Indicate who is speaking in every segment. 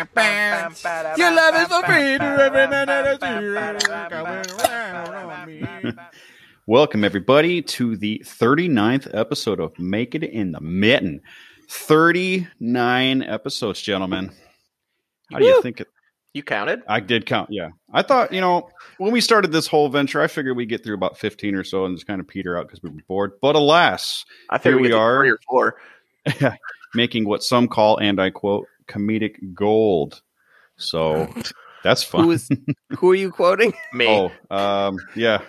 Speaker 1: Your love is so free to every man that is here. Coming around on me.
Speaker 2: Welcome, everybody, to the 39th episode of Make It in the Mitten. 39 episodes, gentlemen. How do you
Speaker 1: Woo.
Speaker 2: think it?
Speaker 1: You counted?
Speaker 2: I did count. Yeah. I thought, you know, when we started this whole venture, I figured we'd get through about 15 or so and just kind of peter out because we were bored. But alas,
Speaker 1: I
Speaker 2: Here
Speaker 1: figured
Speaker 2: we
Speaker 1: we'd get
Speaker 2: are.
Speaker 1: three or four.
Speaker 2: making what some call, and I quote, comedic gold. So that's fun.
Speaker 3: Who is who are you quoting?
Speaker 1: Me.
Speaker 2: oh, um, yeah.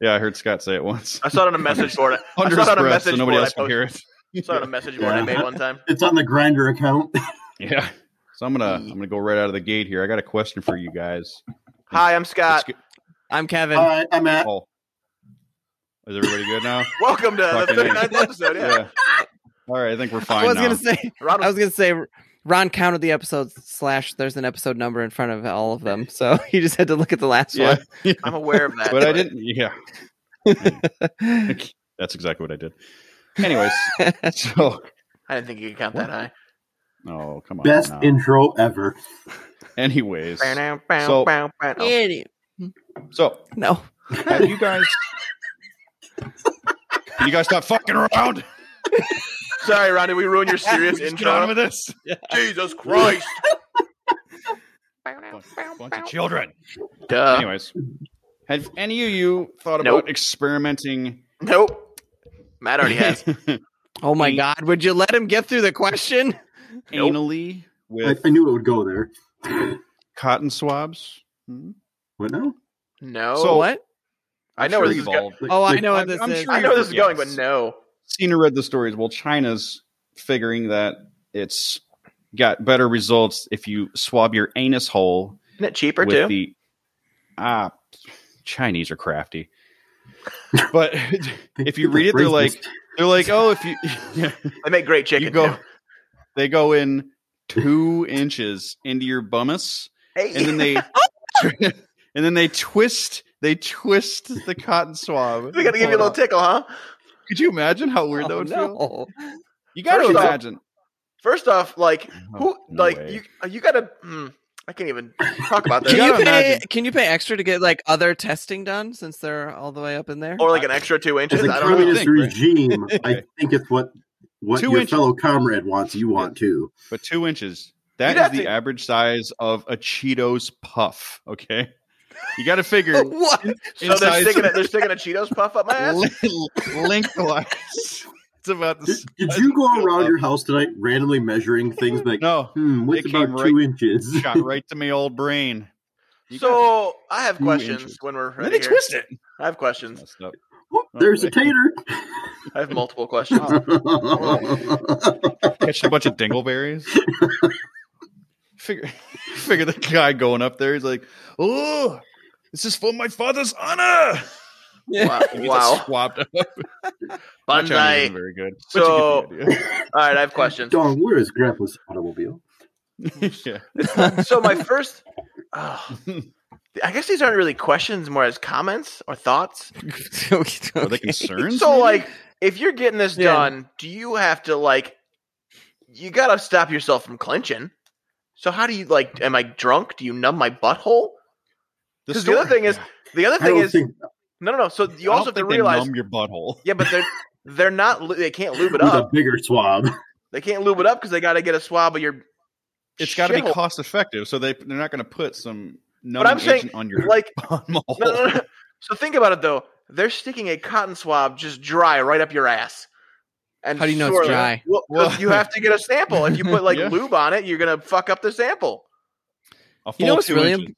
Speaker 2: Yeah, I heard Scott say it once.
Speaker 1: I saw it on a message board. I saw
Speaker 2: Under
Speaker 1: it
Speaker 2: his
Speaker 1: on a
Speaker 2: breath,
Speaker 1: message
Speaker 2: so nobody
Speaker 1: board.
Speaker 2: else
Speaker 1: I
Speaker 2: can hear it.
Speaker 1: posted- saw it on a message board I
Speaker 4: Yeah.
Speaker 1: made one time.
Speaker 4: It's on the grinder account.
Speaker 2: Yeah. So I'm gonna I'm gonna go right out of the gate here. I got a question for you guys.
Speaker 1: Hi, I'm Scott.
Speaker 2: Let's get-
Speaker 3: I'm Kevin.
Speaker 4: All right, Uh, I'm at.
Speaker 2: oh. Is everybody good now?
Speaker 1: Welcome to the
Speaker 2: Fucking A.
Speaker 1: 39th episode. Yeah.
Speaker 2: yeah. All right, I think we're fine
Speaker 3: I was
Speaker 2: now.
Speaker 3: gonna say
Speaker 1: Ron
Speaker 3: I
Speaker 1: was-
Speaker 3: was gonna say Ron counted the episodes slash there's an episode number in front of all of them. So he just had to look at the last
Speaker 2: yeah,
Speaker 1: I'm aware of that.
Speaker 2: but I didn't. Yeah,
Speaker 3: one.
Speaker 2: that's exactly what I did. Anyways, so
Speaker 1: I didn't think you could count that high.
Speaker 2: oh come on.
Speaker 4: Best
Speaker 2: now.
Speaker 4: intro ever.
Speaker 2: Anyways,
Speaker 1: So,
Speaker 3: Idiot.
Speaker 2: so
Speaker 3: No.
Speaker 2: have you guys? Can you guys stop fucking around?
Speaker 1: sorry, Ron, did we ruin your serious
Speaker 2: Just get on
Speaker 1: intro?
Speaker 2: with this.
Speaker 1: Jesus Christ.
Speaker 2: Bunch of children.
Speaker 1: Duh.
Speaker 2: Anyways, have any of you thought
Speaker 1: Uh, Nope.
Speaker 2: about experimenting?
Speaker 1: Nope. Matt already has.
Speaker 3: Oh my
Speaker 2: He-
Speaker 3: god, would you let him get through the question?
Speaker 1: Nope.
Speaker 2: anally
Speaker 4: I,
Speaker 2: with
Speaker 4: I knew it would go there.
Speaker 2: cotton swabs. Hmm?
Speaker 4: What now?
Speaker 1: No.
Speaker 2: So-
Speaker 3: what?
Speaker 1: I know where this is going.
Speaker 2: I've
Speaker 4: Like-
Speaker 3: Oh, I
Speaker 4: like-
Speaker 3: know
Speaker 2: I'm-
Speaker 3: what this
Speaker 2: I'm
Speaker 3: is.
Speaker 2: sure
Speaker 1: I know where this is
Speaker 2: Yes.
Speaker 1: going, but no.
Speaker 2: seen or read the stories. Well, China's figuring that it's got better results if you swab your anus hole
Speaker 1: Isn't it cheaper
Speaker 2: with
Speaker 1: too?
Speaker 2: the ah Chinese are crafty. But if you read it, they're like
Speaker 4: Racist.
Speaker 2: they're like, oh, if you
Speaker 1: they make great chicken.
Speaker 2: you go,
Speaker 1: too.
Speaker 2: they go in two inches into your bummus,
Speaker 1: Hey.
Speaker 2: and then they
Speaker 1: Oh,
Speaker 2: and then they twist they twist the cotton swab.
Speaker 1: they gotta give you a little tickle, huh?
Speaker 2: Could you imagine how weird that
Speaker 3: Oh,
Speaker 2: would feel?
Speaker 3: no.
Speaker 2: You got to
Speaker 1: First off-
Speaker 2: imagine.
Speaker 1: First off, like who,
Speaker 2: Oh, No
Speaker 1: like
Speaker 2: way.
Speaker 1: you, you gotta. Mm, I can't even talk about
Speaker 2: You
Speaker 3: Can
Speaker 1: that.
Speaker 3: you
Speaker 2: gotta
Speaker 3: pay
Speaker 2: imagine.
Speaker 3: can you pay extra to get like other testing done since they're all the way up in there?
Speaker 1: or like an extra two inches.
Speaker 4: as a
Speaker 1: I don't know.
Speaker 4: communist
Speaker 2: think, right?
Speaker 4: regime, I
Speaker 2: Okay.
Speaker 4: think it's what what
Speaker 2: Two
Speaker 4: your
Speaker 2: inches.
Speaker 4: fellow comrade wants. You want too.
Speaker 2: but two inches. That
Speaker 1: You'd
Speaker 2: is
Speaker 1: have
Speaker 2: the
Speaker 1: to-
Speaker 2: average size of a Cheetos puff. Okay, you got to figure
Speaker 3: what?
Speaker 1: So they're
Speaker 2: Inside-
Speaker 1: sticking, a, they're sticking a Cheetos puff up my ass.
Speaker 2: li- lengthwise. It's about the
Speaker 4: Did,
Speaker 2: s-
Speaker 4: did you go around your house tonight randomly measuring things like,
Speaker 2: no
Speaker 4: hmm, what's
Speaker 2: It
Speaker 4: about
Speaker 2: came
Speaker 4: two inches?
Speaker 2: shot right to my old brain. You got-
Speaker 1: So I have
Speaker 2: Two
Speaker 1: questions
Speaker 2: inches.
Speaker 1: when we're
Speaker 2: And then
Speaker 1: ready
Speaker 2: they
Speaker 1: here.
Speaker 2: twist it.
Speaker 1: I have questions.
Speaker 2: Messed up.
Speaker 4: Whoop, Oh, There's a tater.
Speaker 1: I have multiple questions.
Speaker 2: Catch a bunch of dingleberries. figure, figure the guy going up there. He's like, "Oh, this is for my father's honor."
Speaker 1: Wow!
Speaker 2: And he gets
Speaker 1: wow.
Speaker 2: swapped up. My Chinese
Speaker 1: Bonsai.
Speaker 2: isn't very good. but
Speaker 1: So-
Speaker 2: you get the idea.
Speaker 1: All right, I have questions.
Speaker 4: Dong, where is Grandpa's automobile?
Speaker 2: yeah.
Speaker 1: So my first, oh, I guess these aren't really questions, more as comments or thoughts.
Speaker 2: Are they concerns?
Speaker 1: So like, if you're getting this
Speaker 3: Yeah.
Speaker 1: done, do you have to like, you gotta stop yourself from clenching? So how do you like? Am I drunk? Do you numb my butthole? 'cause the other thing is- The other
Speaker 4: I
Speaker 1: thing
Speaker 4: don't
Speaker 1: is,
Speaker 4: think
Speaker 1: no, no, no. So you also have to realize,
Speaker 2: numb your butthole.
Speaker 1: yeah, but they're they're not. lu- They can't lube it
Speaker 4: with a
Speaker 1: up.
Speaker 4: bigger swab.
Speaker 1: They can't lube it up because they gotta get a swab of your.
Speaker 2: It's got to be
Speaker 1: shithole.
Speaker 2: cost effective, so they they're not going to put some numbing
Speaker 1: But I'm saying,
Speaker 2: agent on your
Speaker 1: like
Speaker 2: butthole.
Speaker 1: No, no, no. So think about it though. They're sticking a cotton swab just dry right up your ass. And
Speaker 3: How do you know it's
Speaker 1: surely-
Speaker 3: dry?
Speaker 1: Well, 'cause you have to get a sample. If you put like
Speaker 2: Yeah.
Speaker 1: lube on it, you're gonna fuck up the sample.
Speaker 2: A full
Speaker 3: You know what's
Speaker 2: two
Speaker 3: really
Speaker 2: inches.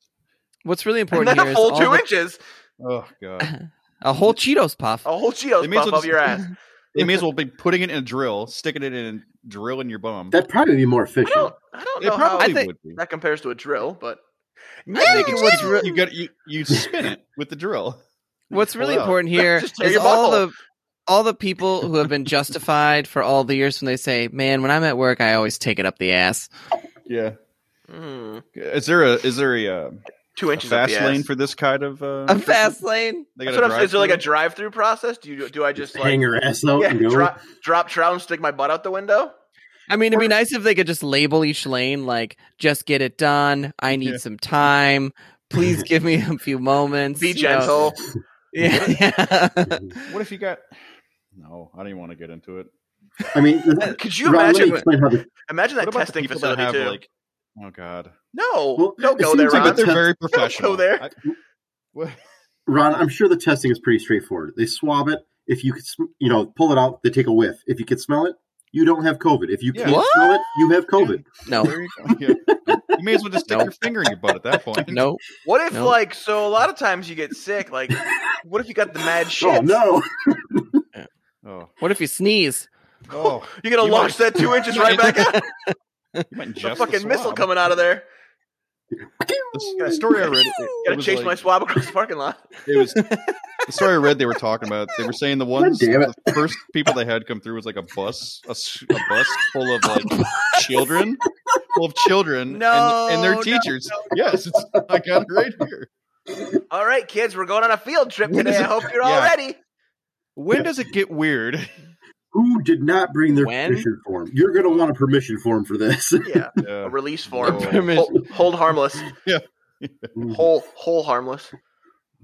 Speaker 3: What's really
Speaker 1: And
Speaker 3: important
Speaker 1: then
Speaker 3: here
Speaker 1: a
Speaker 3: is
Speaker 1: full
Speaker 3: all
Speaker 1: two
Speaker 3: the-
Speaker 1: inches,
Speaker 2: Oh god,
Speaker 3: a whole Cheetos puff.
Speaker 1: a whole Cheetos
Speaker 2: They may as
Speaker 1: puff
Speaker 2: well
Speaker 1: up your ass.
Speaker 2: they may as well be putting it in a drill, sticking it in, and drilling your bum.
Speaker 4: That'd probably be more
Speaker 1: I
Speaker 4: efficient.
Speaker 1: don't, I don't
Speaker 2: it
Speaker 1: know how
Speaker 2: probably
Speaker 3: I think-
Speaker 2: would be.
Speaker 1: that compares to a drill, but
Speaker 2: I
Speaker 3: think
Speaker 2: think
Speaker 3: what's
Speaker 2: it's
Speaker 3: re-
Speaker 2: you got you you spin it with the drill.
Speaker 3: What's really
Speaker 2: Pull out.
Speaker 3: important here
Speaker 1: Just tear
Speaker 3: is
Speaker 1: your
Speaker 3: all
Speaker 1: butthole.
Speaker 3: the all the people who have been justified for all the years when they say, "Man, when I'm at work, I always take it up the ass."
Speaker 2: Yeah.
Speaker 1: Mm.
Speaker 2: Is there a is there a um,
Speaker 1: two
Speaker 2: A
Speaker 1: inches. up
Speaker 2: fast
Speaker 1: the
Speaker 2: lane
Speaker 1: ass.
Speaker 2: for this kind of. Uh,
Speaker 3: A fast lane.
Speaker 2: They
Speaker 1: That's
Speaker 2: gotta
Speaker 1: what I'm- is there like a
Speaker 2: drive-through?
Speaker 1: drive-through process? Do you do I just like
Speaker 4: hang her ass out
Speaker 1: yeah,
Speaker 4: and go.
Speaker 1: drop drop trout and stick my butt out the window?
Speaker 3: I mean, it'd be nice if they could just label each lane like "just get it done." I need
Speaker 2: Yeah.
Speaker 3: some time. Please give me a few moments.
Speaker 1: Be
Speaker 3: you know.
Speaker 1: gentle.
Speaker 3: Yeah.
Speaker 2: What if you got? No, I don't even want to get into it.
Speaker 4: I mean,
Speaker 3: uh,
Speaker 1: Could you
Speaker 4: Ron, let me
Speaker 1: imagine?
Speaker 4: explain how the-
Speaker 1: Imagine that
Speaker 2: What about the
Speaker 1: testing
Speaker 2: people
Speaker 1: facility
Speaker 2: that have,
Speaker 1: too.
Speaker 2: like? Oh God!
Speaker 1: no,
Speaker 4: Well,
Speaker 1: don't
Speaker 4: it
Speaker 1: go
Speaker 4: seems
Speaker 1: there,
Speaker 4: like
Speaker 1: Ron.
Speaker 2: but they're
Speaker 4: Ron.
Speaker 2: very professional.
Speaker 1: there.
Speaker 2: I- What-
Speaker 4: Ron, I'm sure the testing is pretty straightforward. They swab it. If you could, sm- you know, pull it out, they take a whiff. If you could smell it, you don't have COVID. If you
Speaker 2: Yeah.
Speaker 4: can't
Speaker 3: What?
Speaker 4: smell it, you have COVID. Oh,
Speaker 3: no.
Speaker 2: there you go. Yeah. You may as well just stick
Speaker 3: No.
Speaker 2: your finger in your butt at that point.
Speaker 3: No.
Speaker 1: What if
Speaker 3: No.
Speaker 1: like so? A lot of times you get sick. Like, what if you got the mad shit?
Speaker 4: Oh no!
Speaker 2: Oh,
Speaker 3: What if you sneeze?
Speaker 2: oh.
Speaker 1: You're gonna
Speaker 2: You
Speaker 1: launch that two inches right back out.
Speaker 2: You might
Speaker 1: The
Speaker 2: ingest
Speaker 1: fucking
Speaker 2: the
Speaker 1: missile
Speaker 2: swab.
Speaker 1: coming out of there.
Speaker 2: The, the story I read. It, it
Speaker 1: Gotta
Speaker 2: was
Speaker 1: chase
Speaker 2: like-
Speaker 1: my swab across the parking lot.
Speaker 2: It was the story I read. They were talking about. They were saying the ones,
Speaker 4: damn it.
Speaker 2: the first people they had come through was like a bus, a, s- a bus full of like children, full of children,
Speaker 3: No,
Speaker 2: and, and their
Speaker 3: no,
Speaker 2: teachers. Yes, it's, I got it right here.
Speaker 1: All right, kids, we're going on a field trip
Speaker 2: What
Speaker 1: today.
Speaker 2: is
Speaker 1: I
Speaker 2: it-
Speaker 1: hope you're
Speaker 2: Yeah.
Speaker 1: all ready.
Speaker 2: When does it get weird?
Speaker 4: Who did not bring their
Speaker 3: When?
Speaker 4: permission form? You're going to want a permission form for this.
Speaker 1: Yeah, a
Speaker 2: Yeah.
Speaker 1: release form.
Speaker 2: Oh.
Speaker 3: Permission.
Speaker 1: Hold, hold harmless. Whole, whole harmless.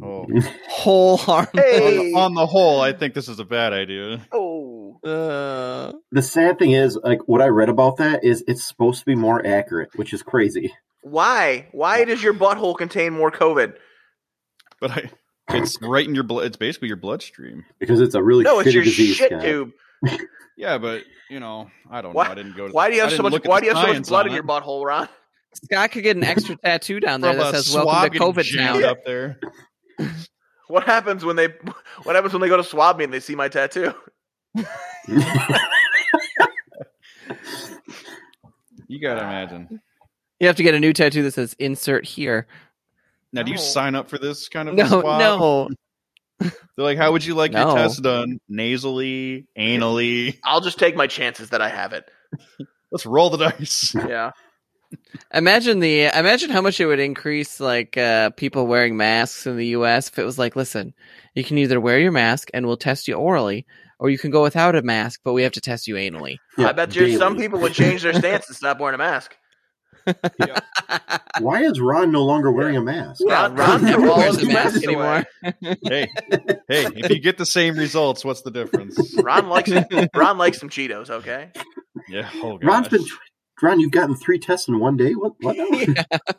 Speaker 2: Oh.
Speaker 3: Whole harm.
Speaker 2: On,
Speaker 1: Hey.
Speaker 2: the, on the whole, I think this is a bad idea.
Speaker 1: Oh.
Speaker 3: Uh,
Speaker 4: the sad thing is, like what I read about that is it's supposed to be more accurate, which is crazy.
Speaker 1: Why? Why does your butthole contain more COVID?
Speaker 2: But I, it's right in your blood. It's basically your bloodstream.
Speaker 4: Because it's a really
Speaker 1: No, it's
Speaker 4: shitty
Speaker 1: your
Speaker 4: disease.
Speaker 1: shit
Speaker 4: Scott.
Speaker 1: tube.
Speaker 2: Yeah, but you know, I don't
Speaker 1: Why-
Speaker 2: know. I didn't go. To
Speaker 1: Why do you
Speaker 2: I
Speaker 1: have so
Speaker 2: didn't
Speaker 1: much?
Speaker 2: look at
Speaker 1: Why
Speaker 2: the
Speaker 1: do you have so much
Speaker 2: science
Speaker 1: blood
Speaker 2: on
Speaker 1: in
Speaker 2: it.
Speaker 1: your butthole, Ron?
Speaker 3: Scott could get an extra tattoo down there
Speaker 2: From
Speaker 3: that
Speaker 2: a
Speaker 3: says "Welcome
Speaker 2: swab
Speaker 3: to
Speaker 2: getting
Speaker 3: COVID
Speaker 2: jammed
Speaker 3: Town."
Speaker 2: up there.
Speaker 1: What happens when they? What happens when they go to swab me and they see my tattoo?
Speaker 2: You gotta imagine.
Speaker 3: You have to get a new tattoo that says "Insert here."
Speaker 2: Now, do you
Speaker 1: No.
Speaker 2: sign up for this kind of
Speaker 3: No,
Speaker 2: swab?
Speaker 3: no.
Speaker 2: They're like, how would you like
Speaker 3: No.
Speaker 2: your test done? Nasally, anally.
Speaker 1: I'll just take my chances that I have it.
Speaker 2: Let's roll the dice.
Speaker 1: Yeah.
Speaker 3: Imagine the imagine how much it would increase like uh people wearing masks in the US if it was like, listen, you can either wear your mask and we'll test you orally, or you can go without a mask, but we have to test you anally.
Speaker 4: Yeah,
Speaker 1: I bet you some
Speaker 4: daily.
Speaker 1: people would change their stance and stop wearing a mask.
Speaker 4: Why is Ron no longer wearing a mask?
Speaker 1: Yeah,
Speaker 3: Ron-
Speaker 1: Ron
Speaker 3: Ron never
Speaker 1: never
Speaker 3: wears
Speaker 1: wears
Speaker 3: a
Speaker 1: his
Speaker 3: mask
Speaker 1: mask
Speaker 3: anymore.
Speaker 1: away.
Speaker 2: hey, hey, if you get the same results, what's the difference?
Speaker 1: Ron likes Ron likes some Cheetos. Okay.
Speaker 2: Yeah. Oh, gosh.
Speaker 4: Ron's been. Ron, you've gotten three tests in one day. What? What? now?
Speaker 2: Does the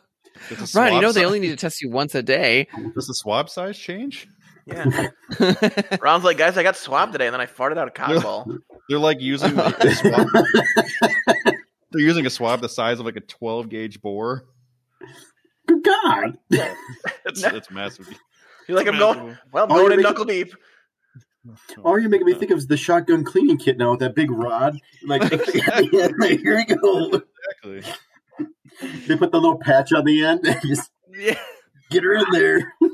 Speaker 3: Ron, you
Speaker 2: swab
Speaker 3: know they
Speaker 2: si-
Speaker 3: only need to test you once a day.
Speaker 2: Does the swab size change?
Speaker 1: Yeah. Ron's like, guys, I got swabbed today, and then I farted out a
Speaker 2: Yeah.
Speaker 1: cock ball.
Speaker 2: They're like using like, a swab. They're using a swab the size of like a 12 gauge bore.
Speaker 4: Good God!
Speaker 2: It's, it's massive.
Speaker 1: You're like, I'm going. Well, I'm
Speaker 4: Oh,
Speaker 1: going in
Speaker 4: they-
Speaker 1: knuckle deep.
Speaker 4: All you're making me think of is the shotgun cleaning kit now with that big rod. Like, here you go.
Speaker 2: Exactly.
Speaker 4: They put the little patch on the end and just
Speaker 1: Yeah.
Speaker 4: get her in there.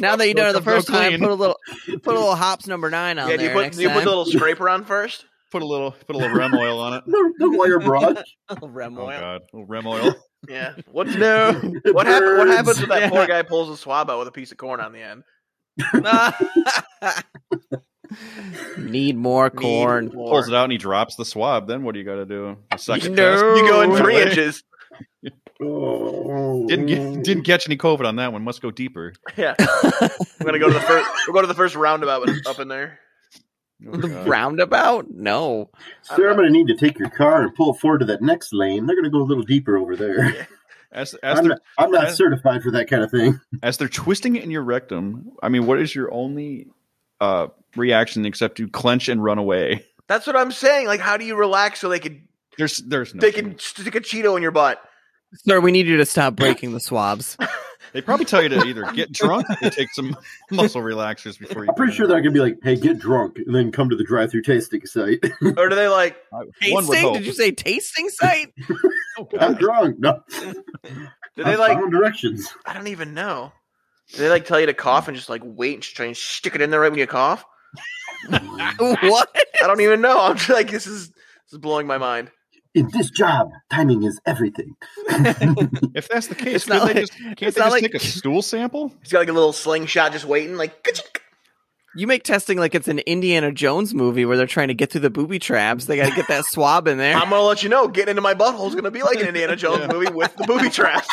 Speaker 3: now that you done it the
Speaker 2: Welcome to
Speaker 3: first time,
Speaker 2: clean.
Speaker 3: put a little put a little hops number nine on
Speaker 1: Yeah. Do
Speaker 3: there.
Speaker 1: you put
Speaker 3: next
Speaker 1: do you put
Speaker 3: time.
Speaker 1: the little scraper on first?
Speaker 2: put a little put a little rem oil on it.
Speaker 4: The, the wire brush.
Speaker 3: Rem
Speaker 2: Oh
Speaker 3: oil.
Speaker 2: god, a little rem oil.
Speaker 1: Yeah. What's
Speaker 3: No.
Speaker 1: What, hap- what happens when that
Speaker 3: Yeah.
Speaker 1: poor guy pulls a swab out with a piece of corn on the end?
Speaker 3: Need more corn.
Speaker 1: Need more.
Speaker 2: Pulls it out and he drops the swab. Then what do you got to do? A second
Speaker 3: No.
Speaker 2: test.
Speaker 1: You go in
Speaker 3: Right
Speaker 1: three
Speaker 2: away.
Speaker 1: inches.
Speaker 4: Oh.
Speaker 2: Didn't get, didn't catch any COVID on that one. Must go deeper.
Speaker 1: Yeah. We're gonna go to the first. We're going to the first roundabout up in there.
Speaker 2: Oh,
Speaker 3: the
Speaker 2: God.
Speaker 3: roundabout? No.
Speaker 4: Sir, I'm going to need to take your car and pull it forward to that next lane. They're going to go a little deeper over there.
Speaker 2: As, as,
Speaker 4: I'm
Speaker 2: they're,
Speaker 4: not, I'm not
Speaker 2: as-
Speaker 4: certified for that kind of thing.
Speaker 2: as they're twisting it in your rectum, I mean, what is your only uh, reaction except to clench and run away?
Speaker 1: That's what I'm saying. Like, how do you relax so they can
Speaker 2: There's there's no.
Speaker 1: they can stick a Cheeto in your butt?
Speaker 3: Sir, we need you to stop breaking the swabs.
Speaker 2: They probably tell you to either get drunk or take some muscle relaxers before you.
Speaker 4: I'm pretty sure they're going to be like, hey, get drunk and then come to the drive through tasting site.
Speaker 1: Or do they like?
Speaker 2: One would
Speaker 3: Tasting?
Speaker 2: hope. Oh,
Speaker 3: Did you say tasting site?
Speaker 4: I'm drunk. No.
Speaker 1: Do they
Speaker 4: I'm
Speaker 1: like?
Speaker 4: following directions.
Speaker 1: I don't even know. Do they like tell you to cough and just like wait and just try and stick it in there right when you cough?
Speaker 3: what?
Speaker 1: I don't even know. I'm just like, this is this is blowing my mind.
Speaker 4: in this job, timing is everything.
Speaker 2: If that's the case,
Speaker 3: It's
Speaker 2: could
Speaker 3: not
Speaker 2: they
Speaker 3: like-
Speaker 2: just, can't
Speaker 3: it's
Speaker 2: they
Speaker 3: not
Speaker 2: just
Speaker 3: like-
Speaker 2: take a stool sample?
Speaker 1: He's got like a little slingshot just waiting, like ka-chink.
Speaker 3: You make testing like it's an Indiana Jones movie where they're trying to get through the booby traps. They got to get that swab in there.
Speaker 1: I'm gonna let you know. Getting into my butthole is gonna be like an Indiana Jones
Speaker 2: Yeah.
Speaker 1: movie with the booby traps.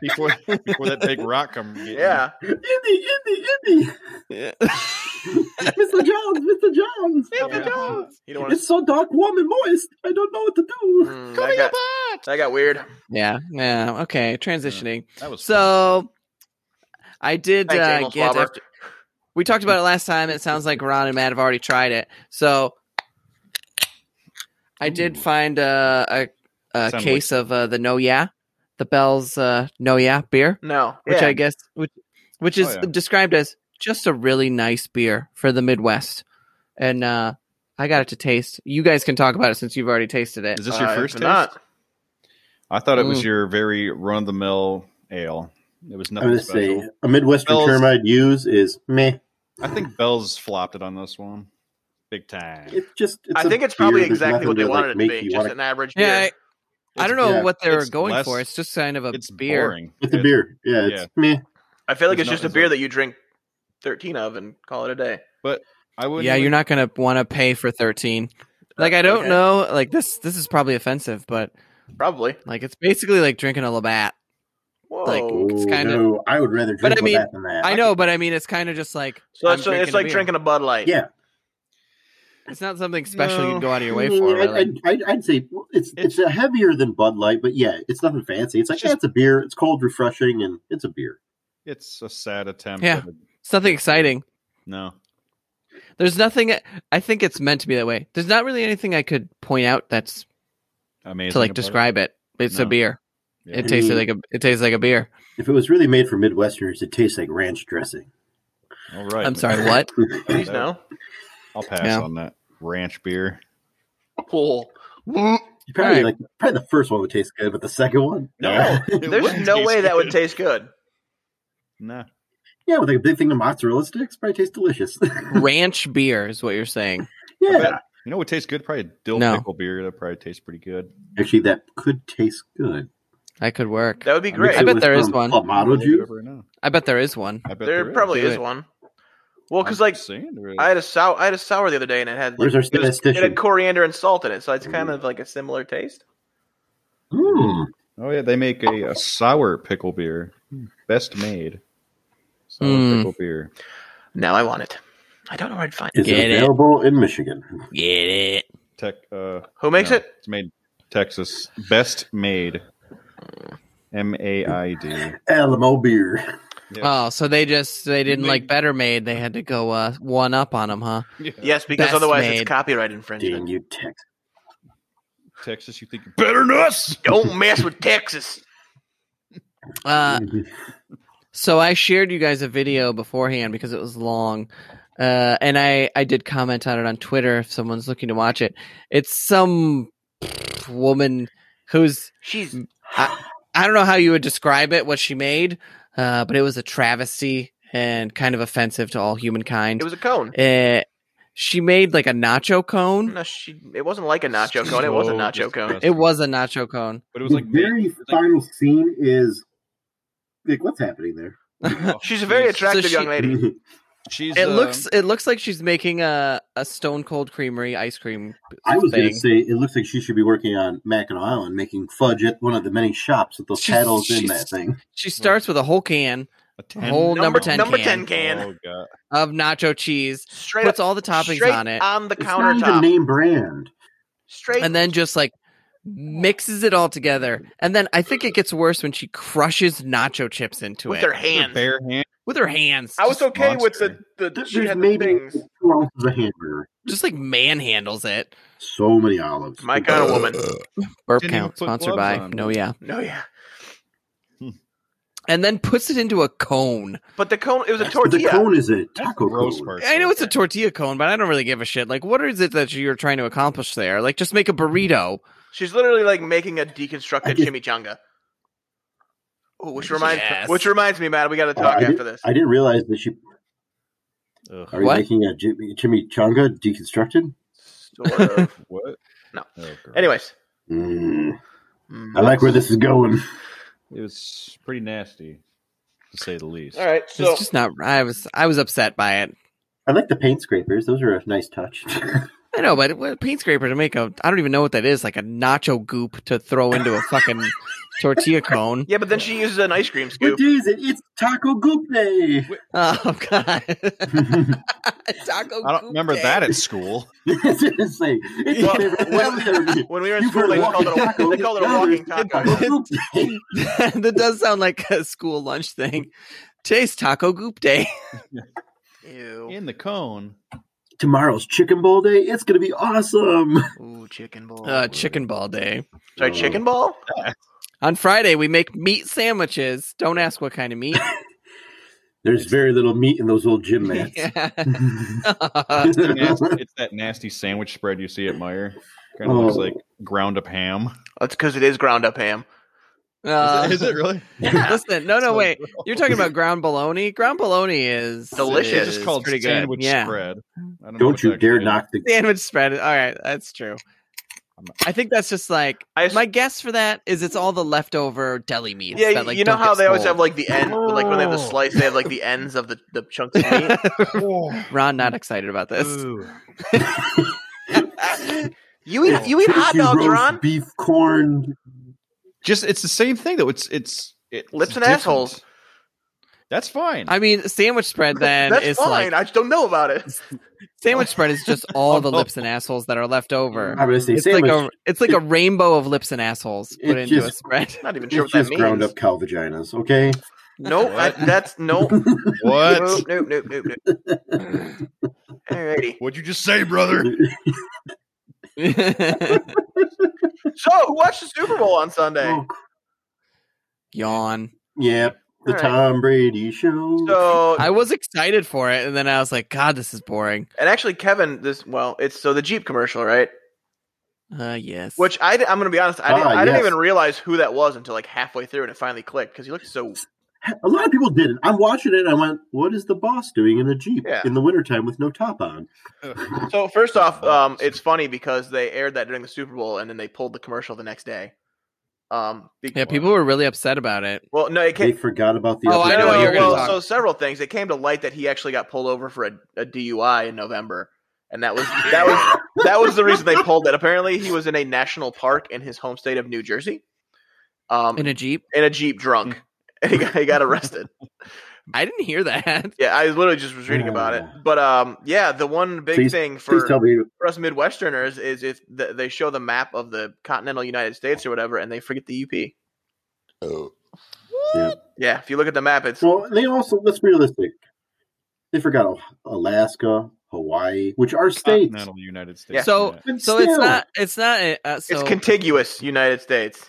Speaker 2: before before that big rock come. get you.
Speaker 1: Yeah,
Speaker 4: Indy, Indy, Indy,
Speaker 3: Yeah.
Speaker 4: Mr. Jones, Mr. Jones.
Speaker 2: Mr. Jones.
Speaker 1: you don't want to.
Speaker 4: It's so dark, warm, and moist. I don't know what to do.
Speaker 1: Mm, that, got, that got weird.
Speaker 3: yeah, yeah. Okay, transitioning.
Speaker 2: That was
Speaker 3: So I did
Speaker 1: Thanks,
Speaker 3: uh,
Speaker 1: Amos
Speaker 3: get.
Speaker 1: Flubber.
Speaker 3: after- we talked about it last time. It sounds like Ron and Matt have already tried it. So I did find uh, a a
Speaker 2: Sound
Speaker 3: case of uh, the No Yeah, the Bell's uh, No Yeah beer,
Speaker 1: No,
Speaker 3: which
Speaker 1: Yeah.
Speaker 3: I guess which, which
Speaker 2: Oh,
Speaker 3: is
Speaker 2: yeah.
Speaker 3: described as just a really nice beer for the Midwest, and uh, I got it to taste. You guys can talk about it since you've already tasted it.
Speaker 2: Is this your
Speaker 1: Uh,
Speaker 2: first
Speaker 1: it's
Speaker 2: taste?
Speaker 1: not.
Speaker 2: I thought it was
Speaker 3: Mm.
Speaker 2: your very run of the mill ale. It was
Speaker 4: I'm
Speaker 2: nothing
Speaker 4: going to
Speaker 2: special.
Speaker 4: say a Midwestern
Speaker 2: Bells.
Speaker 4: term I'd use is meh.
Speaker 2: I think Bell's flopped it on this one, big time.
Speaker 4: It just, it's
Speaker 1: I
Speaker 4: a
Speaker 1: think it's
Speaker 4: beer,
Speaker 1: probably
Speaker 4: there's
Speaker 1: exactly
Speaker 4: nothing
Speaker 1: what they
Speaker 4: to, like,
Speaker 1: wanted it
Speaker 4: make
Speaker 1: to be,
Speaker 4: you
Speaker 1: just
Speaker 4: wanna-
Speaker 1: an average beer.
Speaker 3: yeah, I, I don't know
Speaker 4: yeah,
Speaker 3: what they were
Speaker 2: it's
Speaker 3: going
Speaker 2: less-
Speaker 3: for. It's just kind of a
Speaker 2: it's
Speaker 3: beer.
Speaker 2: boring.
Speaker 4: It's a
Speaker 2: It-
Speaker 4: beer. Yeah, it's
Speaker 2: Yeah.
Speaker 4: meh.
Speaker 1: I feel like
Speaker 2: There's
Speaker 1: it's
Speaker 2: no-
Speaker 1: just a
Speaker 2: there's
Speaker 1: beer
Speaker 2: no-
Speaker 1: that you drink thirteen of and call it a day.
Speaker 2: I wouldn't
Speaker 3: yeah,
Speaker 2: even-
Speaker 3: you're not gonna want to pay for thirteen. Like I don't
Speaker 1: Okay.
Speaker 3: know. Like this, this is probably offensive, but
Speaker 1: Probably.
Speaker 3: like it's basically like drinking a Labatt.
Speaker 1: Whoa.
Speaker 3: Like, it's
Speaker 4: Oh,
Speaker 3: kinda-
Speaker 4: no, I would rather
Speaker 3: But
Speaker 4: drink
Speaker 3: I mean,
Speaker 4: that than that.
Speaker 3: I know, but I mean, it's kind of just like
Speaker 1: so
Speaker 3: I'm
Speaker 1: it's, it's
Speaker 3: a
Speaker 1: like
Speaker 3: beer.
Speaker 1: drinking a Bud Light.
Speaker 4: Yeah,
Speaker 3: It's not something special
Speaker 2: No.
Speaker 3: you'd go out of your way
Speaker 4: Mm,
Speaker 3: for.
Speaker 4: I'd,
Speaker 3: really.
Speaker 4: I'd, I'd, I'd say well, it's it's,
Speaker 2: It's-
Speaker 4: a heavier than Bud Light, but yeah, it's nothing fancy. It's like
Speaker 2: It's
Speaker 4: yeah,
Speaker 2: just-
Speaker 4: it's a beer. It's cold, refreshing, and it's a beer.
Speaker 2: It's a sad attempt.
Speaker 3: Yeah.
Speaker 2: at a-
Speaker 3: It's nothing exciting.
Speaker 2: no.
Speaker 3: There's nothing. I think it's meant to be that way. There's not really anything I could point out that's
Speaker 2: Amazing.
Speaker 3: to like
Speaker 2: about
Speaker 3: describe it. It's a
Speaker 2: No.
Speaker 3: beer.
Speaker 2: Yeah.
Speaker 3: It tasted
Speaker 4: Mm.
Speaker 3: like a. It tastes like a beer.
Speaker 4: If it was really made for Midwesterners, it tastes like ranch dressing.
Speaker 2: it. All right.
Speaker 3: I'm sorry. What?
Speaker 1: Please no.
Speaker 2: I'll pass
Speaker 3: Yeah.
Speaker 2: on that ranch beer.
Speaker 1: Cool. There's
Speaker 4: Probably
Speaker 3: Alright.
Speaker 4: like probably the first one would taste good, but the second one,
Speaker 2: No,
Speaker 1: no way that would taste good.
Speaker 2: No,
Speaker 4: yeah, with like a big thing of mozzarella sticks, probably tastes delicious.
Speaker 3: Ranch beer is what you're saying.
Speaker 4: yeah,
Speaker 2: you know what tastes good? Probably a dill
Speaker 3: No.
Speaker 2: pickle beer. That probably tastes pretty good.
Speaker 4: actually, that could taste good.
Speaker 3: I could work.
Speaker 1: That would be
Speaker 4: Mix
Speaker 1: great.
Speaker 4: it
Speaker 3: I bet
Speaker 4: with
Speaker 3: there is
Speaker 4: some
Speaker 3: one.
Speaker 4: Clamato
Speaker 2: We'll
Speaker 4: juice.
Speaker 2: never know.
Speaker 3: I bet there is one.
Speaker 2: I bet
Speaker 1: There probably
Speaker 3: Do
Speaker 1: is
Speaker 3: it.
Speaker 1: one. Well, because like I
Speaker 2: I,
Speaker 1: had a sour, I had a sour the other day, and it had like,
Speaker 4: Where's our
Speaker 1: it, was, it
Speaker 4: statistician?
Speaker 1: had coriander and salt in it, so it's kind of like a similar taste.
Speaker 4: Mm.
Speaker 2: oh yeah, they make a, a sour pickle beer, Hmm. best made. Sour
Speaker 3: Mm.
Speaker 2: pickle beer.
Speaker 1: Now I want it. I don't know where I'd find it.
Speaker 4: Is
Speaker 3: Get
Speaker 4: it
Speaker 3: it.
Speaker 4: available in Michigan?
Speaker 3: Get it?
Speaker 2: Tech. Uh,
Speaker 1: Who makes
Speaker 2: no,
Speaker 1: it?
Speaker 2: It's made Texas. Best made. M A I
Speaker 1: Uh,
Speaker 2: D.
Speaker 4: Alamo beer.
Speaker 3: Oh, so they just they didn't
Speaker 2: They-
Speaker 3: like Better Made. They had to go uh, one up on them, huh?
Speaker 1: Yes, because
Speaker 3: Best
Speaker 1: otherwise
Speaker 3: made.
Speaker 1: it's copyright
Speaker 4: Dang
Speaker 1: infringement.
Speaker 4: you, Texas!
Speaker 2: Texas, you think you're better than us?
Speaker 1: Don't mess with Texas.
Speaker 3: Uh,
Speaker 4: Mm. Mm-hmm.
Speaker 3: so I shared you guys a video beforehand because it was long, uh, and I I did comment on it on Twitter if someone's looking to watch it. It's some woman who's
Speaker 1: She's
Speaker 3: I don't know how you would describe it what she made, uh, but it was a travesty and kind of offensive to all humankind.
Speaker 1: it was a cone.
Speaker 3: uh, she made like a nacho cone.
Speaker 1: No, she. It wasn't like a nacho cone. It was a
Speaker 2: So
Speaker 1: nacho cone.
Speaker 3: It was a nacho cone.
Speaker 2: But it was like
Speaker 4: the very final scene is like what's happening there? Mm-hmm.
Speaker 2: oh,
Speaker 1: She's a very
Speaker 2: geez.
Speaker 1: attractive
Speaker 3: So she-
Speaker 1: young lady.
Speaker 2: She's,
Speaker 3: It
Speaker 2: uh,
Speaker 3: looks it looks like she's making a, a Stone Cold Creamery ice cream.
Speaker 4: I was going
Speaker 3: thing.
Speaker 4: to say it looks like she should be working on Mackinac Island, making fudge at one of the many shops with those
Speaker 3: She's-
Speaker 4: paddles in
Speaker 3: she's-
Speaker 4: that thing.
Speaker 3: She starts with a whole can
Speaker 2: a
Speaker 3: whole number 10
Speaker 1: number
Speaker 3: can.
Speaker 1: ten can.
Speaker 2: Oh, God.
Speaker 3: of nacho cheese,
Speaker 1: Straight
Speaker 3: puts
Speaker 1: up,
Speaker 3: all the toppings
Speaker 1: straight
Speaker 3: on it,
Speaker 1: on the
Speaker 4: It's not even
Speaker 1: countertop.
Speaker 4: name brand.
Speaker 1: straight
Speaker 3: and then just like mixes it all together. And then I think it gets worse when she crushes nacho chips into
Speaker 1: with
Speaker 3: it
Speaker 1: her hands.
Speaker 2: Bare hand.
Speaker 3: with her hands.
Speaker 1: I was
Speaker 3: just,
Speaker 1: okay
Speaker 2: monster.
Speaker 1: with the the
Speaker 4: There's
Speaker 1: she had the
Speaker 4: maybe
Speaker 1: things.
Speaker 4: two ounces of hamburger.
Speaker 3: just like manhandles it.
Speaker 4: So many olives.
Speaker 1: My kind of woman.
Speaker 3: Burp
Speaker 2: Didn't even
Speaker 3: count
Speaker 2: put
Speaker 3: sponsored
Speaker 2: gloves
Speaker 3: by
Speaker 2: on.
Speaker 3: No Yeah,
Speaker 1: No, yeah.
Speaker 3: and then puts it into a cone.
Speaker 1: But the cone, it was a
Speaker 4: That's- but The
Speaker 1: tortilla.
Speaker 4: cone is a
Speaker 2: That's
Speaker 4: taco
Speaker 2: gross
Speaker 4: cone.
Speaker 2: part.
Speaker 3: I know it's a tortilla cone, but I don't really give a shit. Like, what is it that you're trying to accomplish there? Like, just make a burrito.
Speaker 1: She's literally like making a deconstructed
Speaker 4: I did-
Speaker 1: chimichanga. Oh, which reminds
Speaker 3: Yes.
Speaker 1: which reminds me, Matt, we got to
Speaker 4: Uh,
Speaker 1: talk
Speaker 4: I did-
Speaker 1: after this.
Speaker 4: I didn't realize that she
Speaker 2: Ugh,
Speaker 4: are you
Speaker 3: What?
Speaker 4: making a Jimmy, chimichanga deconstructed.
Speaker 1: Sort of.
Speaker 2: what?
Speaker 1: No.
Speaker 2: Oh, girl.
Speaker 1: Anyways,
Speaker 4: Mm, I like where this is going.
Speaker 2: It was pretty nasty, to say the least.
Speaker 1: All right, so
Speaker 3: it's just not. I was I was upset by it.
Speaker 4: I like the paint scrapers. Those are a nice touch.
Speaker 3: I know, but what- paint scraper to make a I don't even know what that is. Like a nacho goop to throw into a fucking tortilla cone.
Speaker 1: yeah, but then she uses an ice cream
Speaker 4: what
Speaker 1: scoop.
Speaker 4: day is it? It's Taco Goop Day.
Speaker 3: Oh god, taco.
Speaker 2: I don't
Speaker 3: Goop
Speaker 2: remember
Speaker 3: Day.
Speaker 2: that at school.
Speaker 4: it's insane. It's
Speaker 1: Well,
Speaker 4: my
Speaker 1: well,
Speaker 4: favorite holiday.
Speaker 1: When we were in
Speaker 4: You
Speaker 1: school,
Speaker 4: were
Speaker 1: they
Speaker 4: walking
Speaker 1: called it a,
Speaker 4: taco.
Speaker 1: they called it a walking taco.
Speaker 4: Taco Goop Day.
Speaker 3: that does sound like a school lunch thing. Today's taco goop day.
Speaker 1: Ew.
Speaker 2: In the cone.
Speaker 4: Tomorrow's Chicken Bowl Day. It's gonna be awesome.
Speaker 1: Ooh, chicken
Speaker 2: Oh,
Speaker 1: ball.
Speaker 3: Uh, chicken ball day.
Speaker 1: Sorry, chicken ball.
Speaker 3: On Friday we make meat sandwiches. Don't ask what kind of meat.
Speaker 4: There's very little meat in those old gym mats.
Speaker 3: Yeah.
Speaker 2: Nasty- it's that nasty sandwich spread you see at Meyer. Kind of looks
Speaker 4: Oh.
Speaker 2: like ground up ham.
Speaker 1: That's because it is ground up ham.
Speaker 3: Uh,
Speaker 2: is it really?
Speaker 3: Listen, no, no,
Speaker 2: So-
Speaker 3: wait. You're talking about ground bologna. Ground bologna is
Speaker 1: Delicious.
Speaker 2: It's
Speaker 3: is
Speaker 2: just called
Speaker 3: pretty good.
Speaker 2: sandwich
Speaker 3: Yeah.
Speaker 2: spread. I don't, know
Speaker 4: Don't
Speaker 2: what
Speaker 4: you
Speaker 2: that
Speaker 4: dare
Speaker 2: is.
Speaker 4: knock the
Speaker 3: Sandwich spread. All right, that's true. I think that's just like
Speaker 1: I ass-
Speaker 3: my guess for that is it's all the leftover deli meats.
Speaker 1: yeah,
Speaker 3: that, like,
Speaker 1: you know
Speaker 3: don't
Speaker 1: how
Speaker 3: get
Speaker 1: they always
Speaker 3: sold.
Speaker 1: have like the end, like when they have the
Speaker 2: Oh.
Speaker 1: slice, they have like the ends of the, the chunks of meat.
Speaker 3: Ron not excited about this.
Speaker 2: Ooh.
Speaker 1: You eat you eat
Speaker 4: Turkey,
Speaker 1: hot dogs,
Speaker 4: roast
Speaker 1: Ron.
Speaker 4: Beef, corn.
Speaker 2: Just it's the same thing though. It's it's it's
Speaker 1: Lips and
Speaker 2: different.
Speaker 1: assholes.
Speaker 2: That's fine.
Speaker 3: I mean, sandwich spread then
Speaker 1: That's
Speaker 3: is
Speaker 1: fine.
Speaker 3: like
Speaker 1: I Oh. just don't know about it.
Speaker 3: sandwich spread is just all the
Speaker 2: no.
Speaker 3: lips and assholes that are left over.
Speaker 4: I'm gonna say
Speaker 3: It's
Speaker 4: sandwich.
Speaker 3: like a it's like a rainbow of lips and assholes
Speaker 4: It
Speaker 3: put into a
Speaker 4: just-
Speaker 3: spread.
Speaker 1: I'm not even
Speaker 4: it's
Speaker 1: sure what that
Speaker 4: just
Speaker 1: means.
Speaker 4: ground up cow vaginas. Okay.
Speaker 1: Nope, I-
Speaker 2: What?
Speaker 1: that's nope.
Speaker 2: what?
Speaker 1: Nope, nope, nope, nope, nope. Alrighty.
Speaker 2: What'd you just say, brother?
Speaker 1: So, who watched the Super Bowl on Sunday?
Speaker 4: Oh,
Speaker 3: Yawn.
Speaker 4: yeah. The
Speaker 1: Alright.
Speaker 4: Tom Brady show.
Speaker 1: So,
Speaker 3: I was excited for it, and then I was like, God, this is boring.
Speaker 1: and actually, Kevin, this well, it's so the Jeep commercial, right?
Speaker 3: Uh, yes.
Speaker 1: Which I, di- I'm going to be honest, I, didn't,
Speaker 4: Ah,
Speaker 1: I didn't
Speaker 4: yes.
Speaker 1: even realize who that was until like halfway through, and it finally clicked because he looked so.
Speaker 4: a lot of people did it. I'm watching it. and I went, "What is the boss doing in a jeep
Speaker 1: Yeah.
Speaker 4: in the wintertime with no top on?"
Speaker 1: So first off, um, it's funny because they aired that during the Super Bowl, and then they pulled the commercial the next day. Um, be-
Speaker 3: yeah, people were really upset about it.
Speaker 1: Well, no, it
Speaker 4: They
Speaker 1: came.
Speaker 4: forgot about the.
Speaker 3: Oh,
Speaker 4: other
Speaker 3: I know what
Speaker 4: guy.
Speaker 3: you're gonna
Speaker 1: well,
Speaker 3: talk-
Speaker 1: so several things. It came to light that he actually got pulled over for a, a DUI in November, and that was that was that was the reason they pulled it. Apparently, he was in a national park in his home state of New Jersey, um,
Speaker 3: In a jeep,
Speaker 1: in a jeep drunk, and he got, he got arrested.
Speaker 3: I didn't hear that.
Speaker 1: Yeah, I literally just was reading about it. But um, yeah, the one big
Speaker 4: Please-
Speaker 1: thing
Speaker 4: Please
Speaker 1: for,
Speaker 4: tell
Speaker 1: for
Speaker 4: me.
Speaker 1: us Midwesterners is if th they show the map of the continental United States or whatever, and they forget the UP.
Speaker 4: Oh. Yeah.
Speaker 1: Yeah, if you look at the map, it's
Speaker 4: Well, they also let's be realistic. They forgot Al- Alaska, Hawaii, which are
Speaker 2: Ah,
Speaker 4: states.
Speaker 2: Continental United States.
Speaker 1: Yeah.
Speaker 3: So-
Speaker 4: And
Speaker 3: So it's
Speaker 4: still,
Speaker 3: not. It's not. a- Uh, so
Speaker 1: it's contiguous United States.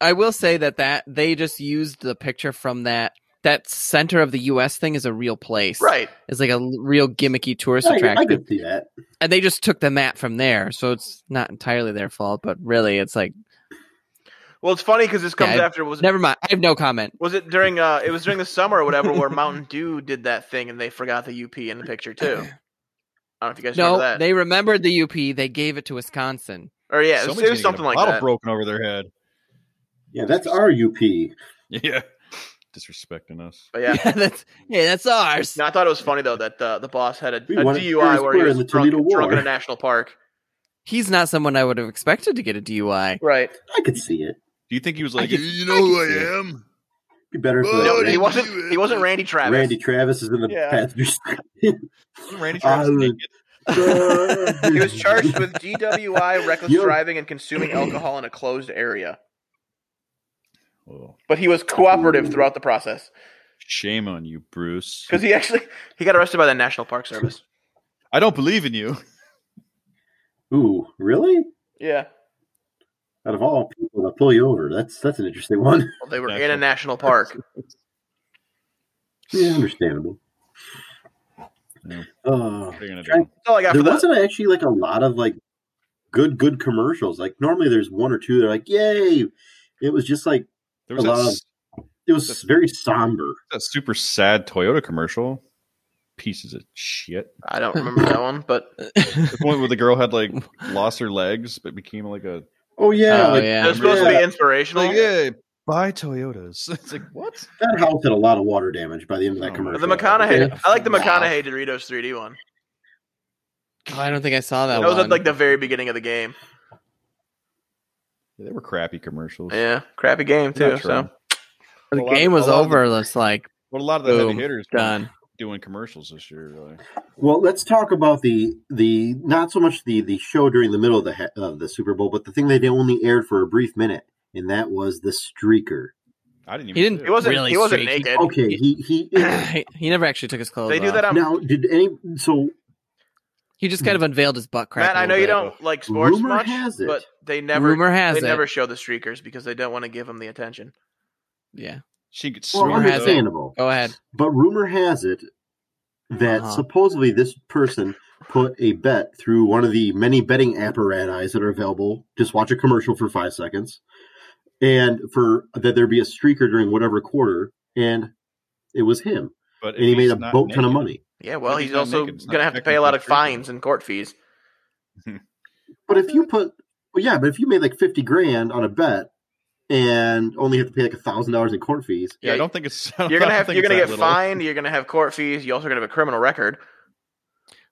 Speaker 3: I will say that that they just used the picture from that that center of the U.S. thing is a real place.
Speaker 1: Right.
Speaker 3: It's like a l- real gimmicky tourist
Speaker 4: I, I
Speaker 3: attraction,
Speaker 4: could see that.
Speaker 3: and they just took the map from there. So it's not entirely their fault, but really, it's like
Speaker 1: Well, it's funny because this comes
Speaker 3: Yeah, I-
Speaker 1: after was
Speaker 3: never mind. I have no comment.
Speaker 1: was it during uh it was during the summer or whatever where Mountain Dew did that thing and they forgot the UP in the picture too. I don't know if you guys remember
Speaker 3: No,
Speaker 1: that.
Speaker 3: they remembered the UP. They gave it to Wisconsin.
Speaker 1: or yeah, it was,
Speaker 2: Somebody's
Speaker 1: it was
Speaker 2: gonna get
Speaker 1: something
Speaker 2: a
Speaker 1: like
Speaker 2: bottle
Speaker 1: that.
Speaker 2: broken over their head.
Speaker 4: Yeah, that's our UP.
Speaker 2: Yeah, disrespecting us.
Speaker 1: But
Speaker 3: Yeah,
Speaker 1: yeah.
Speaker 3: that's yeah, that's ours.
Speaker 1: No, I thought it was funny though that uh, the boss had a,
Speaker 4: We
Speaker 1: a
Speaker 4: won it fair
Speaker 1: DUI
Speaker 4: and
Speaker 1: where he
Speaker 4: square
Speaker 1: was
Speaker 4: in the
Speaker 1: drunk,
Speaker 4: Toledo
Speaker 1: drunk in
Speaker 4: War.
Speaker 1: a national park.
Speaker 3: He's not someone I would have expected to get a DUI.
Speaker 1: Right.
Speaker 4: I could see it.
Speaker 2: Do you think he was
Speaker 3: I
Speaker 2: like,
Speaker 3: can-
Speaker 2: you know who
Speaker 3: I can see
Speaker 2: I am?
Speaker 4: Be better if
Speaker 1: No,
Speaker 4: uh,
Speaker 1: he wasn't. He wasn't Randy Travis.
Speaker 4: Randy Travis is in the
Speaker 1: Yeah.
Speaker 4: passenger side.
Speaker 2: Randy Travis
Speaker 4: I would-
Speaker 2: naked.
Speaker 1: He was charged with DWI, reckless
Speaker 4: Yo.
Speaker 1: driving, and consuming alcohol in a closed area.
Speaker 2: Oh,
Speaker 1: But he was cooperative throughout the process
Speaker 2: shame on you, Bruce.
Speaker 1: because he actually he got arrested by the National Park Service.
Speaker 2: I don't believe in
Speaker 4: Oh,
Speaker 2: you.
Speaker 4: Ooh, really?
Speaker 1: Yeah,
Speaker 4: Out of all people to pull you over, that's that's an interesting one.
Speaker 1: well, they were in a
Speaker 2: National-
Speaker 1: national park.
Speaker 4: yeah, understandable.
Speaker 2: Yeah.
Speaker 4: Uh,
Speaker 2: What are you gonna
Speaker 4: Try-
Speaker 2: do?
Speaker 1: That's all I got
Speaker 4: there
Speaker 1: for that.
Speaker 4: wasn't actually like a lot of like good good commercials. Like normally there's one or two. They're like, yay! It was just like
Speaker 2: There was
Speaker 4: A
Speaker 2: that,
Speaker 4: lot of-
Speaker 2: s-
Speaker 4: it was very somber.
Speaker 2: that super sad Toyota commercial. Pieces of shit.
Speaker 1: I don't remember that one, but
Speaker 3: Oh,
Speaker 2: The one where the girl had like lost her legs, but became like a
Speaker 4: Oh yeah,
Speaker 3: Oh,
Speaker 4: like,
Speaker 3: yeah.
Speaker 1: They're supposed to be inspirational.
Speaker 2: Like, yeah, buy Toyotas. It's like what?
Speaker 4: that house had a lot of water damage by the end of that
Speaker 2: Oh,
Speaker 4: commercial.
Speaker 1: The McConaughey.
Speaker 2: Yeah.
Speaker 1: I like the
Speaker 3: Wow.
Speaker 1: McConaughey Doritos 3D one.
Speaker 3: Oh, I don't think I saw that.
Speaker 1: That was
Speaker 3: one.
Speaker 1: at like the very beginning of the game.
Speaker 2: Yeah, they were crappy commercials.
Speaker 1: Yeah, crappy game
Speaker 2: Not
Speaker 1: too.
Speaker 2: true.
Speaker 1: So
Speaker 3: the
Speaker 2: a lot of-
Speaker 3: game was
Speaker 2: a lot of the-
Speaker 3: over. It's like
Speaker 2: Well, a lot of the
Speaker 3: Boom.
Speaker 2: heavy hitters
Speaker 3: done.
Speaker 2: doing commercials this year. Really.
Speaker 4: Well, let's talk about the the not so much the the show during the middle of the he- of the Super Bowl, but the thing they did- only aired for a brief minute, and that was the streaker.
Speaker 2: I didn't even.
Speaker 3: He didn't-
Speaker 2: see
Speaker 1: he wasn't.
Speaker 3: Really
Speaker 1: he wasn't
Speaker 3: streaky.
Speaker 1: naked.
Speaker 4: Okay, he he.
Speaker 3: he he never actually took his clothes.
Speaker 1: They do
Speaker 3: off.
Speaker 1: that on
Speaker 4: now, did any so
Speaker 3: He just kind of unveiled his butt crack.
Speaker 1: Matt.
Speaker 3: a
Speaker 1: I know
Speaker 3: little
Speaker 1: you
Speaker 3: bit.
Speaker 1: don't like sports
Speaker 4: Rumor
Speaker 1: much,
Speaker 4: has it.
Speaker 1: but they never.
Speaker 3: Rumor has
Speaker 1: they
Speaker 3: it.
Speaker 1: never show the streakers because they don't want to give them the attention.
Speaker 3: Yeah.
Speaker 2: She could
Speaker 4: well,
Speaker 2: swim.
Speaker 3: Rumor has it.
Speaker 4: understandable,
Speaker 3: Go ahead.
Speaker 4: but rumor has it that
Speaker 3: Uh-huh.
Speaker 4: supposedly this person put a bet through one of the many betting apparatus that are available. Just watch a commercial for five seconds, and for that there be a streaker during whatever quarter, and it was him.
Speaker 2: but
Speaker 4: and he made a boat ton of money.
Speaker 1: Yeah, well,
Speaker 2: But he's
Speaker 1: he's,
Speaker 2: not
Speaker 1: also
Speaker 2: naked. It's not
Speaker 1: gonna have to pay a lot of
Speaker 2: technically streaky.
Speaker 1: fines and court fees.
Speaker 4: But if you put, well, yeah, but if you made like fifty grand on a bet and only have to pay like a thousand dollars in court fees,
Speaker 2: Yeah, I don't think it's. I
Speaker 1: You're
Speaker 2: don't
Speaker 1: gonna have.
Speaker 2: think
Speaker 1: You're
Speaker 2: it's
Speaker 1: gonna
Speaker 2: that
Speaker 1: get
Speaker 2: little.
Speaker 1: fined. You're gonna have court fees. You're also gonna have a criminal record.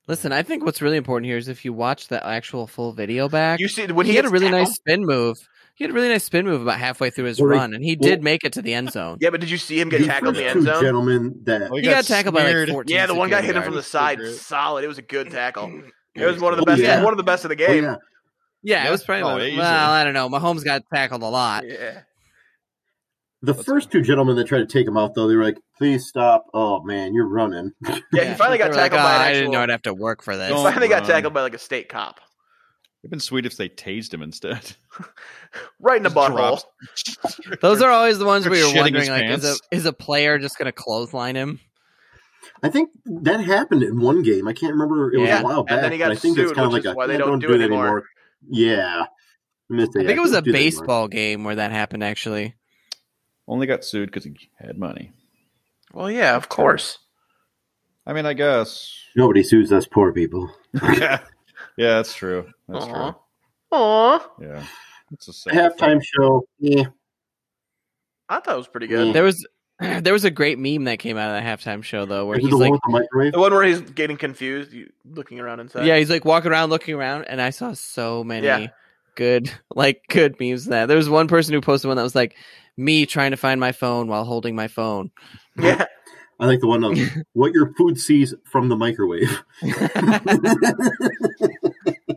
Speaker 3: Listen, I think what's really important here is if you watch the actual full video back.
Speaker 1: You see, when
Speaker 3: he,
Speaker 1: he,
Speaker 3: had a
Speaker 1: gets
Speaker 3: really
Speaker 1: down-
Speaker 3: nice spin move. He had a really nice spin move about halfway through his
Speaker 4: Well, they-
Speaker 3: run, and he
Speaker 4: well-
Speaker 3: did make it to the end zone.
Speaker 1: Yeah, but did you see him get
Speaker 4: the
Speaker 1: tackled in the
Speaker 4: first
Speaker 1: end
Speaker 4: two
Speaker 1: zone?
Speaker 4: gentlemen that
Speaker 2: Oh,
Speaker 3: He got tackled by like
Speaker 2: smeared.
Speaker 3: 14.
Speaker 1: Yeah, the one guy hit him
Speaker 3: security
Speaker 1: from the
Speaker 3: guards.
Speaker 1: side.
Speaker 2: Great.
Speaker 1: Solid. It was a good tackle. It was one of the
Speaker 4: Oh,
Speaker 1: best.
Speaker 4: yeah.
Speaker 1: One of the best of the
Speaker 4: oh,
Speaker 1: game.
Speaker 4: yeah,
Speaker 3: Yeah,
Speaker 2: Yeah.
Speaker 3: it was probably.
Speaker 2: Oh,
Speaker 3: one of-
Speaker 2: easily.
Speaker 3: well, I don't know. Mahomes got tackled a lot.
Speaker 1: yeah.
Speaker 4: the
Speaker 2: That's
Speaker 4: first two gentlemen that tried to take him out though, they were like, "Please stop! Oh man, you're running."
Speaker 1: Yeah, he finally got
Speaker 3: They were like,
Speaker 1: tackled by
Speaker 3: "Oh,
Speaker 1: an
Speaker 3: I didn't
Speaker 1: actual.
Speaker 3: know I'd have to work for this.
Speaker 2: Don't-
Speaker 1: finally got
Speaker 2: Run.
Speaker 1: tackled by like a state cop,
Speaker 2: It'd been sweet if they tased him instead.
Speaker 1: right in the
Speaker 2: Just
Speaker 1: butthole.
Speaker 2: dropped.
Speaker 3: Those are always the ones
Speaker 2: they're
Speaker 3: where
Speaker 2: shitting
Speaker 3: you're
Speaker 2: his
Speaker 3: wondering, like, is
Speaker 2: pants.
Speaker 3: a is a player just going to clothesline him?
Speaker 4: I think that happened in one game. I can't remember. It was
Speaker 3: Yeah,
Speaker 4: a while
Speaker 1: and
Speaker 4: back.
Speaker 1: then he got
Speaker 4: but I think it's
Speaker 1: sued,
Speaker 4: kind of
Speaker 1: which
Speaker 4: like
Speaker 1: is
Speaker 4: a,
Speaker 1: why they
Speaker 4: yeah,
Speaker 1: don't do
Speaker 4: do
Speaker 1: it
Speaker 4: it
Speaker 1: anymore.
Speaker 4: anymore. Yeah, Missed it.
Speaker 3: I think
Speaker 4: Yeah,
Speaker 3: it was a
Speaker 4: don't do that anymore.
Speaker 3: baseball game where that happened. Actually,
Speaker 2: Only got sued because he had money.
Speaker 1: Well, yeah, of course.
Speaker 2: I mean, I guess.
Speaker 4: Nobody sues us poor people.
Speaker 2: yeah, that's true. That's
Speaker 1: Aw. Aw.
Speaker 2: true. Yeah, it's a sad
Speaker 4: Halftime show. Yeah.
Speaker 1: I thought it was pretty good.
Speaker 2: Mm.
Speaker 4: Yeah.
Speaker 3: there was there was a great meme that came out of that halftime show though, where
Speaker 4: Is it
Speaker 3: he's
Speaker 4: the one
Speaker 3: like,
Speaker 4: with the microwave?
Speaker 1: The one where he's getting confused, you, looking around inside.
Speaker 3: yeah, he's like walking around, looking around, and I saw so many
Speaker 1: Yeah.
Speaker 3: good, like good memes. That there was one person who posted one that was like me trying to find my phone while holding my phone.
Speaker 1: yeah.
Speaker 4: I like the one of what your food sees from the microwave.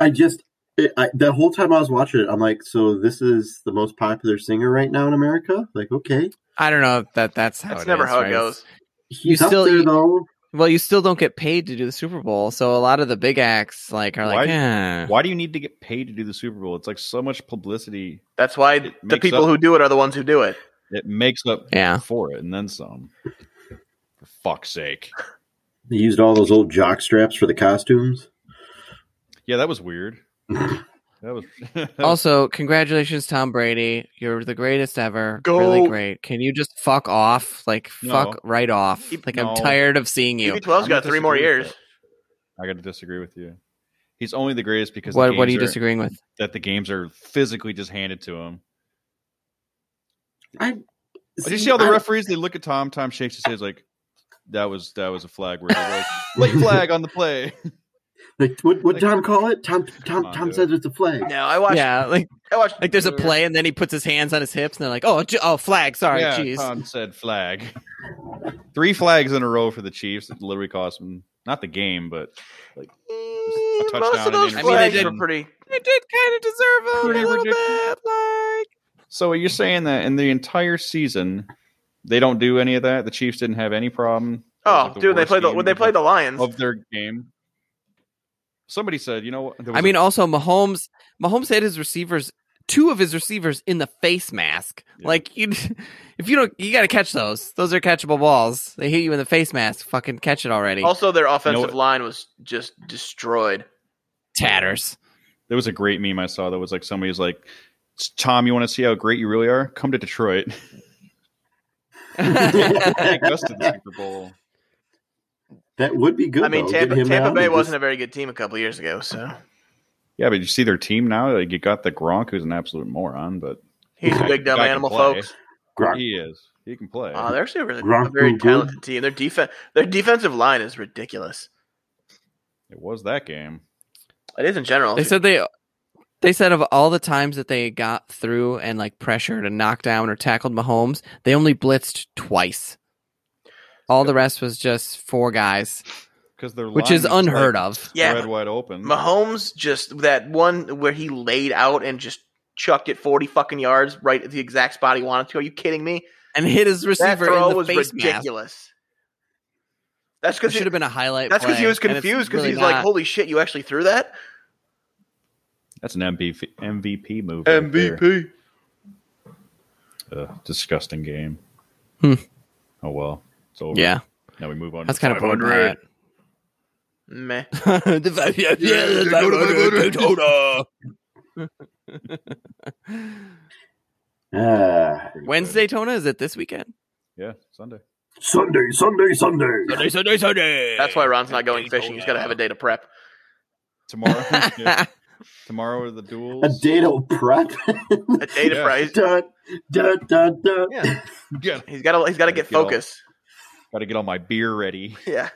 Speaker 4: I just it, I, the whole time I was watching it, I'm like, so this is the most popular singer right now in America. Like, okay,
Speaker 3: I don't know if that that's how
Speaker 1: That's
Speaker 3: it
Speaker 1: never
Speaker 3: is,
Speaker 1: how
Speaker 3: right?
Speaker 1: it goes.
Speaker 4: he's
Speaker 3: You
Speaker 4: up
Speaker 3: still
Speaker 4: there
Speaker 3: eat-
Speaker 4: though.
Speaker 3: Well, you still don't get paid to do the Super Bowl, so a lot of the big acts like are like,
Speaker 2: Why-
Speaker 3: eh.
Speaker 2: Why do you need to get paid to do the Super Bowl? It's like so much publicity.
Speaker 1: That's why
Speaker 2: It
Speaker 1: the
Speaker 2: makes
Speaker 1: people
Speaker 2: up-
Speaker 1: who do it are the ones who do it.
Speaker 2: It makes up
Speaker 3: Yeah.
Speaker 2: for it and then some. For fuck's sake.
Speaker 4: They used all those old jock straps for the costumes.
Speaker 2: Yeah, that was weird. That was
Speaker 3: Also, congratulations, Tom Brady. You're the greatest ever.
Speaker 1: Go.
Speaker 3: Really great. Can you just fuck off? Like
Speaker 2: No.
Speaker 3: fuck right off.
Speaker 1: Keep-
Speaker 3: Like
Speaker 2: no.
Speaker 3: I'm tired of seeing you.
Speaker 1: TB12's
Speaker 2: I'm gonna
Speaker 1: got three more
Speaker 2: disagree with
Speaker 1: years.
Speaker 2: that. I got to disagree with you. He's only the greatest because
Speaker 3: What
Speaker 2: the
Speaker 3: What are you
Speaker 2: games
Speaker 3: disagreeing with?
Speaker 2: that the games are physically just handed to him.
Speaker 4: I
Speaker 2: Did you see how the
Speaker 4: I-
Speaker 2: referees they look at Tom? Tom shakes his head like that was that was a flag. Where like late flag on the play.
Speaker 4: Like, what what
Speaker 2: Like-
Speaker 4: Tom call it? Tom Tom
Speaker 2: Come on,
Speaker 4: Tom
Speaker 2: dude.
Speaker 4: says it's a flag.
Speaker 1: No, I watched.
Speaker 3: Yeah, like
Speaker 1: I watched. Mm,
Speaker 3: like there's a play, and then he puts his hands on his hips, and they're like, oh, j- oh, flag. Sorry,
Speaker 2: yeah,
Speaker 3: jeez.
Speaker 2: Tom said flag. Three flags in a row for the Chiefs. It literally cost them not the game, but
Speaker 1: Mm,
Speaker 2: touchdown
Speaker 1: Most of
Speaker 2: and
Speaker 1: those
Speaker 2: interception.
Speaker 3: I mean, they
Speaker 1: flags
Speaker 3: did-
Speaker 1: were pretty.
Speaker 3: I did kind of deserve
Speaker 2: Pretty ridiculous.
Speaker 3: Like,
Speaker 2: So you're saying that in the entire season, they don't do any of that. The Chiefs didn't have any problem. That was
Speaker 1: Oh,
Speaker 2: like the
Speaker 1: dude, they
Speaker 2: worst
Speaker 1: played the
Speaker 2: game
Speaker 1: when they played the Lions.
Speaker 2: of their game. Somebody said, you know what? There was
Speaker 3: I
Speaker 2: a-
Speaker 3: mean, also Mahomes. Mahomes had his receivers, two of his receivers, in the face mask.
Speaker 2: Yeah.
Speaker 3: Like you, if you don't, you got to catch those. Those are catchable balls. They hit you in the face mask. Fucking catch it already.
Speaker 1: Also, their offensive
Speaker 2: what?
Speaker 1: line was just destroyed.
Speaker 3: Tatters.
Speaker 2: there was a great meme I saw that was like somebody was like, "Tom, you want to see how great you really are? Come to Detroit." Take us to the Super Bowl.
Speaker 4: That would be good.
Speaker 1: I mean,
Speaker 4: though. Get
Speaker 1: Tampa,
Speaker 4: him
Speaker 1: Tampa
Speaker 4: out
Speaker 1: Bay
Speaker 4: and
Speaker 1: wasn't
Speaker 4: just-
Speaker 1: a very good team a couple years ago, so
Speaker 2: Yeah, but you see their team now. Like you got the Gronk, who's an absolute moron, but
Speaker 1: He's a big dumb
Speaker 2: guy can
Speaker 1: animal,
Speaker 2: play.
Speaker 1: folks.
Speaker 4: Gronk.
Speaker 2: He is. He can play.
Speaker 1: Uh, they're actually a really,
Speaker 4: Gronk
Speaker 1: a very
Speaker 4: Gronk.
Speaker 1: talented team. Their defense, their defensive line is ridiculous.
Speaker 2: it was that game.
Speaker 1: It is in general.
Speaker 3: They said they they said of all the times that they got through and like pressured and knocked down or tackled Mahomes, they only blitzed twice. All the rest was just four guys,
Speaker 2: because they're
Speaker 3: which is unheard of.
Speaker 1: Yeah,
Speaker 2: Red wide open.
Speaker 1: Mahomes just that one where he laid out and just chucked it forty fucking yards right at the exact spot he wanted to. Are you kidding me?
Speaker 3: And hit his
Speaker 1: That
Speaker 3: receiver
Speaker 1: throw
Speaker 3: in the
Speaker 1: was
Speaker 3: face mask.
Speaker 1: ridiculous. That's
Speaker 3: It
Speaker 1: because
Speaker 3: should have been a highlight.
Speaker 1: that's because
Speaker 3: play,
Speaker 1: he was
Speaker 3: and it's
Speaker 1: confused because
Speaker 3: really
Speaker 1: he's
Speaker 3: not.
Speaker 1: like, "Holy shit, you actually threw that
Speaker 2: That's an MVP MVP move. right there.
Speaker 1: MVP."
Speaker 2: Ugh, disgusting game.
Speaker 3: Hmm.
Speaker 2: Oh well, it's over.
Speaker 3: yeah,
Speaker 2: Now we move on.
Speaker 3: that's
Speaker 2: to
Speaker 3: kind of boring.
Speaker 2: 500.
Speaker 3: Matt.
Speaker 1: Meh.
Speaker 3: The five- yeah, yeah, the
Speaker 4: go to
Speaker 3: 500 total.
Speaker 4: Ah.
Speaker 2: Pretty
Speaker 3: When's
Speaker 2: good.
Speaker 3: Daytona? Is it this weekend?
Speaker 2: Yeah, Sunday.
Speaker 4: Sunday, Sunday, Sunday.
Speaker 3: Sunday, Sunday, Sunday.
Speaker 1: That's why Ron's not going fishing. He's got to have a day to prep.
Speaker 2: Tomorrow. yeah, tomorrow are the duels.
Speaker 4: A dado prep.
Speaker 1: A day to
Speaker 2: Yeah.
Speaker 1: prep. He's-
Speaker 4: dun, dun, dun, dun.
Speaker 1: Yeah.
Speaker 2: Yeah.
Speaker 1: He's got to. He's got
Speaker 2: Gotta
Speaker 1: to get
Speaker 2: get all-
Speaker 1: focus.
Speaker 2: Got to get all my beer ready.
Speaker 1: Yeah.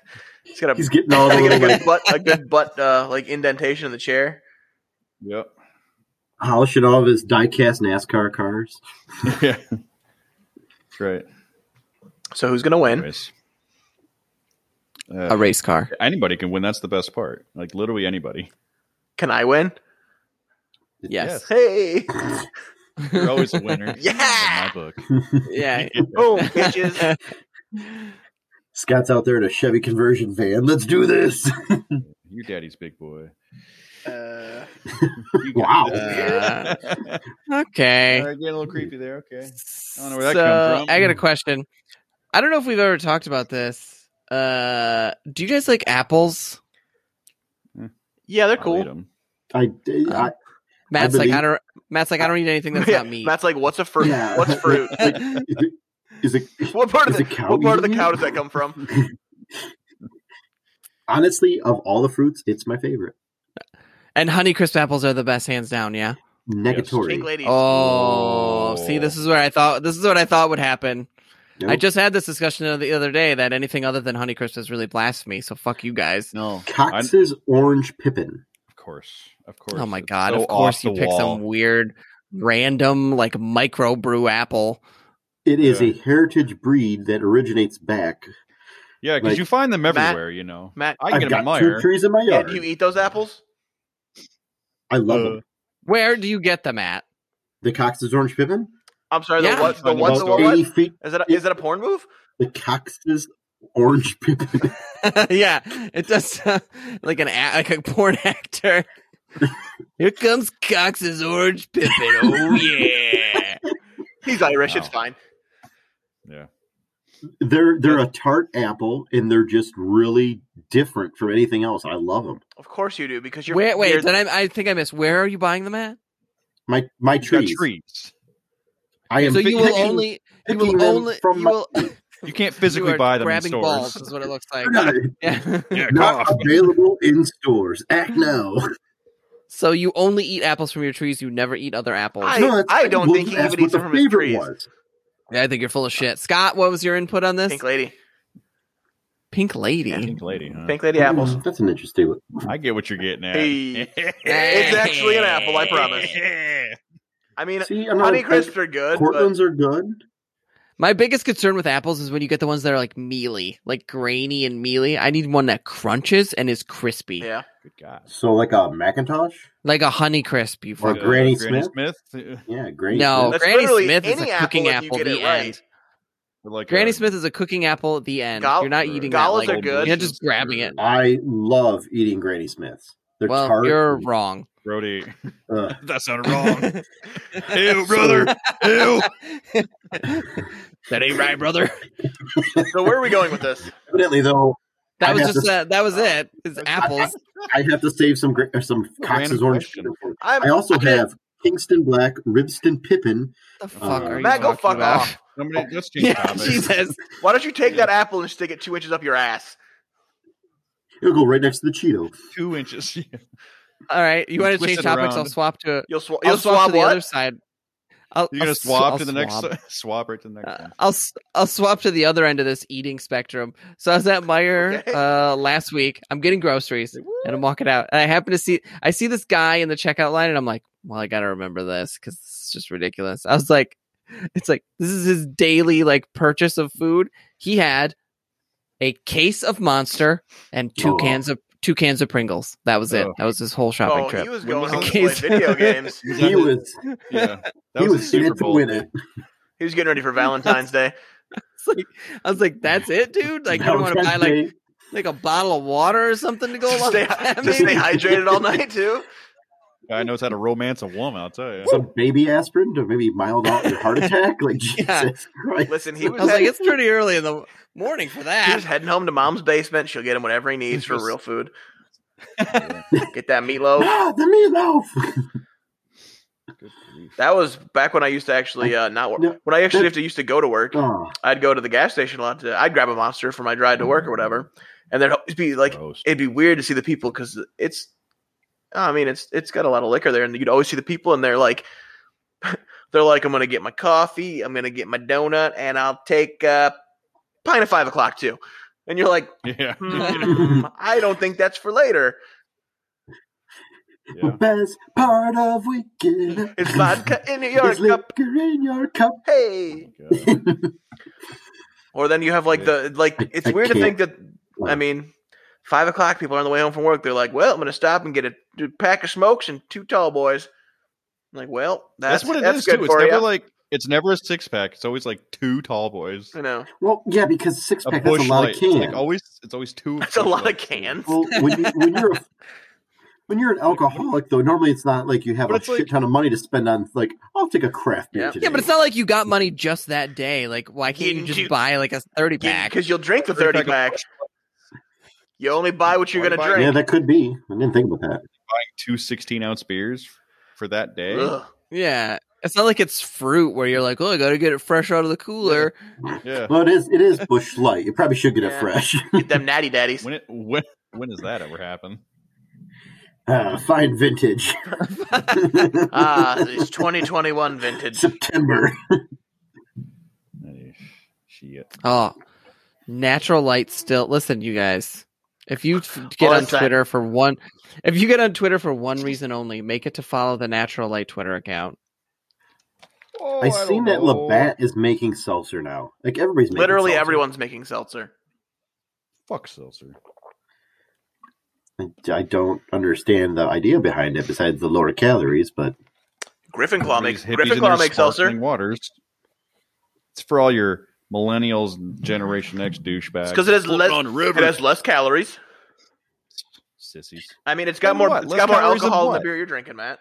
Speaker 1: He's got to.
Speaker 4: He's getting all the
Speaker 1: Gotta
Speaker 4: little,
Speaker 1: get a
Speaker 4: like,
Speaker 1: good butt, a good butt, uh, like indentation in the chair.
Speaker 2: Yep.
Speaker 4: polishing all of his die-cast NASCAR cars.
Speaker 2: yeah. That's right.
Speaker 1: So who's gonna win?
Speaker 2: Anyways.
Speaker 3: a
Speaker 2: Uh,
Speaker 3: race car.
Speaker 2: anybody can win. That's the best part. Like literally anybody.
Speaker 1: Can I win?
Speaker 3: Yes.
Speaker 1: Hey,
Speaker 2: You're always a winner.
Speaker 1: Yeah!
Speaker 2: In my book.
Speaker 3: Yeah.
Speaker 1: boom, bitches!
Speaker 4: Scott's out there in a Chevy conversion van. Let's do this.
Speaker 2: Your daddy's big boy.
Speaker 1: Uh,
Speaker 2: You got
Speaker 4: Wow.
Speaker 2: this.
Speaker 3: Uh, okay.
Speaker 2: All right, getting a little creepy there. Okay. I don't know where that
Speaker 3: so,
Speaker 2: come from.
Speaker 3: I got a question. I don't know if we've ever talked about this. Uh, do you guys like apples?
Speaker 1: yeah, they're
Speaker 2: I'll eat
Speaker 1: cool.
Speaker 2: 'em.
Speaker 4: I, I
Speaker 3: Matt's like I
Speaker 4: believe-
Speaker 3: don't. Matt's like I don't eat anything that's
Speaker 1: Yeah,
Speaker 3: not meat.
Speaker 1: Matt's like, "What's a fruit?
Speaker 4: Yeah.
Speaker 1: What's fruit?
Speaker 4: is it
Speaker 1: What part of
Speaker 4: Is
Speaker 1: the
Speaker 4: a cow
Speaker 1: what part of the
Speaker 4: eating
Speaker 1: cow
Speaker 4: it?
Speaker 1: does that come from?"
Speaker 4: honestly of all the fruits, it's my favorite.
Speaker 3: and Honey Crisp apples are the best, hands down. Yeah.
Speaker 1: Pink
Speaker 4: Negatory.
Speaker 1: ladies.
Speaker 3: Oh, see, this is what I thought. This is what I thought would happen.
Speaker 4: Nope.
Speaker 3: I just had this discussion the other day that anything other than Honey Crisp is really blasphemy. So fuck you guys.
Speaker 2: No.
Speaker 4: Cox's orange pippin.
Speaker 2: Of course. Of course.
Speaker 3: Oh my
Speaker 2: It's
Speaker 3: god!
Speaker 2: so
Speaker 3: of course
Speaker 2: off
Speaker 3: you
Speaker 2: the
Speaker 3: pick
Speaker 2: wall.
Speaker 3: some weird, random like microbrew apple.
Speaker 4: It is
Speaker 2: Yeah.
Speaker 4: a heritage breed that originates back.
Speaker 2: Yeah, because
Speaker 4: like-
Speaker 2: you find them
Speaker 1: Matt-
Speaker 2: everywhere, you know.
Speaker 1: Matt,
Speaker 2: I
Speaker 4: I've
Speaker 2: can
Speaker 4: got two
Speaker 2: admire.
Speaker 4: trees in my
Speaker 1: yeah,
Speaker 4: yard.
Speaker 1: do you eat those apples?
Speaker 4: I love
Speaker 2: Uh,
Speaker 4: them.
Speaker 3: Where do you get them at?
Speaker 4: The Cox's orange pippin.
Speaker 1: I'm sorry,
Speaker 3: Yeah.
Speaker 1: the what? The
Speaker 2: Find
Speaker 1: what?
Speaker 2: them
Speaker 1: The
Speaker 2: all over.
Speaker 1: what? what?
Speaker 4: Eighty
Speaker 1: Is
Speaker 4: feet.
Speaker 1: that a, is that a porn move?
Speaker 4: The Cox's orange pippin.
Speaker 3: yeah, it does sound like an a- like a porn actor. Here comes Cox's orange pippin. Oh yeah,
Speaker 1: He's Irish. It's
Speaker 2: Wow.
Speaker 1: fine.
Speaker 2: Yeah.
Speaker 4: they're they're a tart apple, and they're just really different from anything else. I love them.
Speaker 1: Of course you do because you're.
Speaker 3: wait,
Speaker 1: you're-
Speaker 3: wait. Did I? I think I missed. Where are you buying them at?
Speaker 4: My my
Speaker 2: You got
Speaker 4: trees.
Speaker 2: trees.
Speaker 4: I am
Speaker 3: So you will
Speaker 4: picking-
Speaker 3: only you
Speaker 4: picking
Speaker 3: will
Speaker 4: them
Speaker 3: only
Speaker 4: from
Speaker 3: you
Speaker 4: my-
Speaker 3: will
Speaker 2: You can't
Speaker 3: you
Speaker 2: physically
Speaker 3: are
Speaker 2: buy them in
Speaker 3: grabbing
Speaker 2: stores.
Speaker 3: balls is what it looks like.
Speaker 4: They're not,
Speaker 3: Yeah.
Speaker 2: Yeah,
Speaker 4: not
Speaker 2: cough.
Speaker 4: available in stores. Act now.
Speaker 3: So you only eat apples from your trees. You never eat other apples.
Speaker 1: I-
Speaker 3: I,
Speaker 4: No, that's
Speaker 1: I
Speaker 4: fine.
Speaker 1: don't
Speaker 4: We'll
Speaker 1: think he
Speaker 4: just ask
Speaker 1: even
Speaker 4: what
Speaker 1: eats
Speaker 4: the
Speaker 1: them from his
Speaker 4: favorite
Speaker 1: trees.
Speaker 4: was.
Speaker 3: yeah, I think you're full of shit, Scott. What was your input on this?
Speaker 1: Pink lady.
Speaker 3: Pink lady.
Speaker 2: Pink lady, huh?
Speaker 1: Pink lady apples.
Speaker 4: Mm, That's an interesting one.
Speaker 2: I get what you're getting at.
Speaker 1: Hey. It's actually an apple. I promise. I mean,
Speaker 4: See, I'm not
Speaker 1: honey uh,
Speaker 4: a-
Speaker 1: crisps are good. But
Speaker 4: Cortland's are good.
Speaker 3: My biggest concern with apples is when you get the ones that are like mealy, like grainy and mealy. I need one that crunches and is crispy,
Speaker 1: yeah.
Speaker 2: Good God.
Speaker 4: So like a Macintosh?
Speaker 3: like a honey crisp. You
Speaker 4: Or
Speaker 3: fuck.
Speaker 4: Granny
Speaker 2: Smith. uh,
Speaker 4: Yeah, great.
Speaker 3: No,
Speaker 1: That's
Speaker 3: Granny
Speaker 1: literally
Speaker 3: Smith is
Speaker 1: any
Speaker 3: a
Speaker 1: apple
Speaker 3: cooking
Speaker 1: if you
Speaker 3: apple.
Speaker 1: get
Speaker 3: the
Speaker 1: it right.
Speaker 3: end.
Speaker 2: uh, Like
Speaker 3: Granny
Speaker 2: a-
Speaker 3: Smith is a cooking apple. At the end.
Speaker 1: Gal-
Speaker 3: you're not eating that.
Speaker 1: Galas
Speaker 3: Like,
Speaker 1: are good.
Speaker 3: You're not just grabbing it.
Speaker 4: I love eating Granny Smiths. They're
Speaker 3: well,
Speaker 4: tart.
Speaker 3: you're
Speaker 4: and-
Speaker 3: wrong.
Speaker 2: Brody.
Speaker 4: Ugh.
Speaker 2: that sounded
Speaker 3: Ew,
Speaker 4: brother.
Speaker 3: Ew. that ain't right, brother.
Speaker 1: So where are we going with this?
Speaker 4: evidently though,
Speaker 3: That
Speaker 4: I
Speaker 3: was
Speaker 4: have
Speaker 3: just
Speaker 4: to-
Speaker 3: uh, that was
Speaker 1: Oh.
Speaker 3: it. It's apples.
Speaker 4: I have to save some gra- or some
Speaker 2: a
Speaker 4: Cox's
Speaker 2: random
Speaker 4: orange.
Speaker 2: question.
Speaker 4: Pippin for-
Speaker 1: I'm,
Speaker 4: I also have Kingston Black, Ribston Pippin.
Speaker 3: the fuck
Speaker 4: Uh,
Speaker 3: are you
Speaker 1: Matt, go
Speaker 3: talking
Speaker 1: fuck
Speaker 3: about?
Speaker 1: off.
Speaker 2: Somebody just change
Speaker 3: Oh. Yeah,
Speaker 2: topics.
Speaker 3: Jesus.
Speaker 1: Why don't you take that apple and stick it two inches up your ass?
Speaker 4: It'll go right next to the Cheeto.
Speaker 2: Two inches.
Speaker 3: All right, you
Speaker 2: You
Speaker 3: want to
Speaker 2: twist
Speaker 3: change
Speaker 2: it
Speaker 3: topics? I'll
Speaker 2: around.
Speaker 3: swap to.
Speaker 1: You'll, swa-
Speaker 3: I'll
Speaker 1: you'll
Speaker 3: swap,
Speaker 1: swab
Speaker 3: to the
Speaker 1: what?
Speaker 3: other side. I'll,
Speaker 2: You're gonna
Speaker 3: I'll s-
Speaker 2: swap
Speaker 3: I'll
Speaker 2: to the
Speaker 3: swab.
Speaker 2: next swap right to the next
Speaker 3: Uh,
Speaker 2: one.
Speaker 3: I'll s- I'll swap to the other end of this eating spectrum. So I was at Meyer
Speaker 1: Okay.
Speaker 3: uh, last week. I'm getting groceries and I'm walking out, and I happen to see I see this guy in the checkout line, and I'm like, well, I gotta remember this because this is just ridiculous. I was like, it's like this is his daily like purchase of food. He had a case of Monster and two
Speaker 4: Oh.
Speaker 3: cans of two cans of Pringles. That was it.
Speaker 2: Oh.
Speaker 3: That was his whole shopping
Speaker 1: Oh,
Speaker 3: trip.
Speaker 1: he was
Speaker 2: When
Speaker 1: going
Speaker 2: was
Speaker 1: home to
Speaker 3: it?
Speaker 1: play video games.
Speaker 2: Was that
Speaker 4: He
Speaker 2: the-
Speaker 4: was
Speaker 2: yeah, that
Speaker 4: he
Speaker 2: was,
Speaker 4: was
Speaker 2: the
Speaker 4: in
Speaker 2: Super
Speaker 4: it to
Speaker 2: Bowl.
Speaker 4: win it.
Speaker 1: He was getting ready for Valentine's Day.
Speaker 3: It's like I was like, that's it, dude. Like you
Speaker 4: That
Speaker 3: don't want to
Speaker 4: was
Speaker 3: buy like
Speaker 4: Wednesday.
Speaker 3: like a bottle of water or something to go
Speaker 1: to
Speaker 3: along
Speaker 1: stay,
Speaker 3: with that.
Speaker 1: to stay
Speaker 3: maybe?
Speaker 1: hydrated all night too.
Speaker 2: Guy knows how to romance a woman. I'll tell you.
Speaker 4: some baby aspirin to maybe mild out your heart attack. Like Jesus
Speaker 3: Yeah.
Speaker 4: Christ.
Speaker 1: Listen, he
Speaker 3: I
Speaker 1: was,
Speaker 3: was like,
Speaker 1: heading,
Speaker 3: it's pretty early in the morning for
Speaker 1: he
Speaker 3: that.
Speaker 1: was heading home to mom's basement. She'll get him whatever he needs for
Speaker 2: Just-
Speaker 1: real food.
Speaker 2: Yeah.
Speaker 1: Get that meatloaf.
Speaker 4: Ah, the meatloaf.
Speaker 2: Good grief.
Speaker 1: That was back when I used to actually uh, not work.
Speaker 4: No.
Speaker 1: when I actually have to used to go to work,
Speaker 4: Oh,
Speaker 1: I'd go to the gas station a lot. To, I'd grab a monster for my drive to work or whatever, and there'd always be like
Speaker 2: Gross.
Speaker 1: it'd be weird to see the people because it's i mean it's it's got a lot of liquor there and you'd always see the people and they're like they're like i'm gonna get my coffee i'm gonna get my donut and i'll take a pint of five o'clock too and you're like
Speaker 2: Yeah,
Speaker 1: hmm, i don't think that's for later
Speaker 4: the
Speaker 2: yeah.
Speaker 4: best part of weekend.
Speaker 1: it's vodka in your
Speaker 4: Is
Speaker 1: cup
Speaker 4: liquor in your cup.
Speaker 1: hey
Speaker 2: God.
Speaker 1: or then you have like the like
Speaker 4: I-
Speaker 1: it's
Speaker 4: I
Speaker 1: weird to think
Speaker 4: can't-
Speaker 1: that i mean five o'clock people are on the way home from work they're like well i'm gonna stop and get a pack of smokes and two tall boys I'm like well that's,
Speaker 2: That's, what it is
Speaker 1: that's good
Speaker 2: too. It's
Speaker 1: for
Speaker 2: never
Speaker 1: you.
Speaker 2: like it's never a six pack. It's always like two tall boys.
Speaker 1: I know.
Speaker 4: Well, yeah, because six
Speaker 2: A
Speaker 4: pack that's a
Speaker 2: bush
Speaker 4: lot
Speaker 2: light.
Speaker 4: of
Speaker 2: It's like
Speaker 4: cans.
Speaker 2: always it's always two.
Speaker 1: That's a lot
Speaker 2: Busch
Speaker 1: of
Speaker 2: Lights.
Speaker 1: cans.
Speaker 4: well, when, you, when you're a, when you're an alcoholic, though, normally it's not like you have
Speaker 2: But
Speaker 4: a
Speaker 2: it's like-
Speaker 4: shit ton of money to spend on. Like, I'll take a craft beer
Speaker 1: Yeah.
Speaker 4: today.
Speaker 3: Yeah, but it's not like you got money just that day. Like, why can't you
Speaker 1: Didn't
Speaker 3: just
Speaker 1: you-
Speaker 3: buy like a thirty pack?
Speaker 1: Because you'll drink the 30
Speaker 2: 30 pack
Speaker 1: pack. You only buy what you're
Speaker 2: Only
Speaker 1: going to
Speaker 2: buy-
Speaker 1: drink.
Speaker 4: Yeah, that could be. I didn't think about that.
Speaker 2: Buying two 16 ounce beers for that day.
Speaker 1: Ugh.
Speaker 3: Yeah, it's not like it's fruit where you're like, oh, I gotta get it fresh out of the cooler.
Speaker 2: Yeah.
Speaker 4: Well, it is. It is bush light. You probably should get
Speaker 1: Yeah.
Speaker 4: it fresh.
Speaker 1: Get them natty daddies.
Speaker 2: When it when when does that ever happen?
Speaker 4: Ah, fine vintage.
Speaker 1: Ah, it's 2021 vintage.
Speaker 4: September.
Speaker 2: Eh, Shit.
Speaker 3: Oh, natural light still. Listen, you guys, if you f- get
Speaker 1: Oh,
Speaker 3: on
Speaker 1: that's that-
Speaker 3: Twitter for one, if you get on Twitter for one reason only, make it to follow the natural light Twitter account.
Speaker 2: Oh,
Speaker 4: I seen that Labatt is making seltzer now. Like everybody's making
Speaker 1: Literally
Speaker 4: seltzer.
Speaker 1: everyone's making seltzer.
Speaker 2: Fuck seltzer.
Speaker 4: I- I don't understand the idea behind it, besides the lower calories. But
Speaker 1: Griffin Claw makes,
Speaker 2: These hippies
Speaker 1: Griffin
Speaker 2: and
Speaker 1: Claw
Speaker 2: their
Speaker 1: makes seltzer.
Speaker 2: sparkling Waters. It's for all your millennials and Generation X douchebags.
Speaker 1: because it has less
Speaker 2: on the river.
Speaker 1: it has less calories.
Speaker 2: sissies.
Speaker 1: I mean, it's got
Speaker 2: Then
Speaker 1: more
Speaker 2: what?
Speaker 1: it's
Speaker 2: Less
Speaker 1: got more
Speaker 2: calories than
Speaker 1: alcohol in the
Speaker 2: what?
Speaker 1: beer you're drinking, Matt.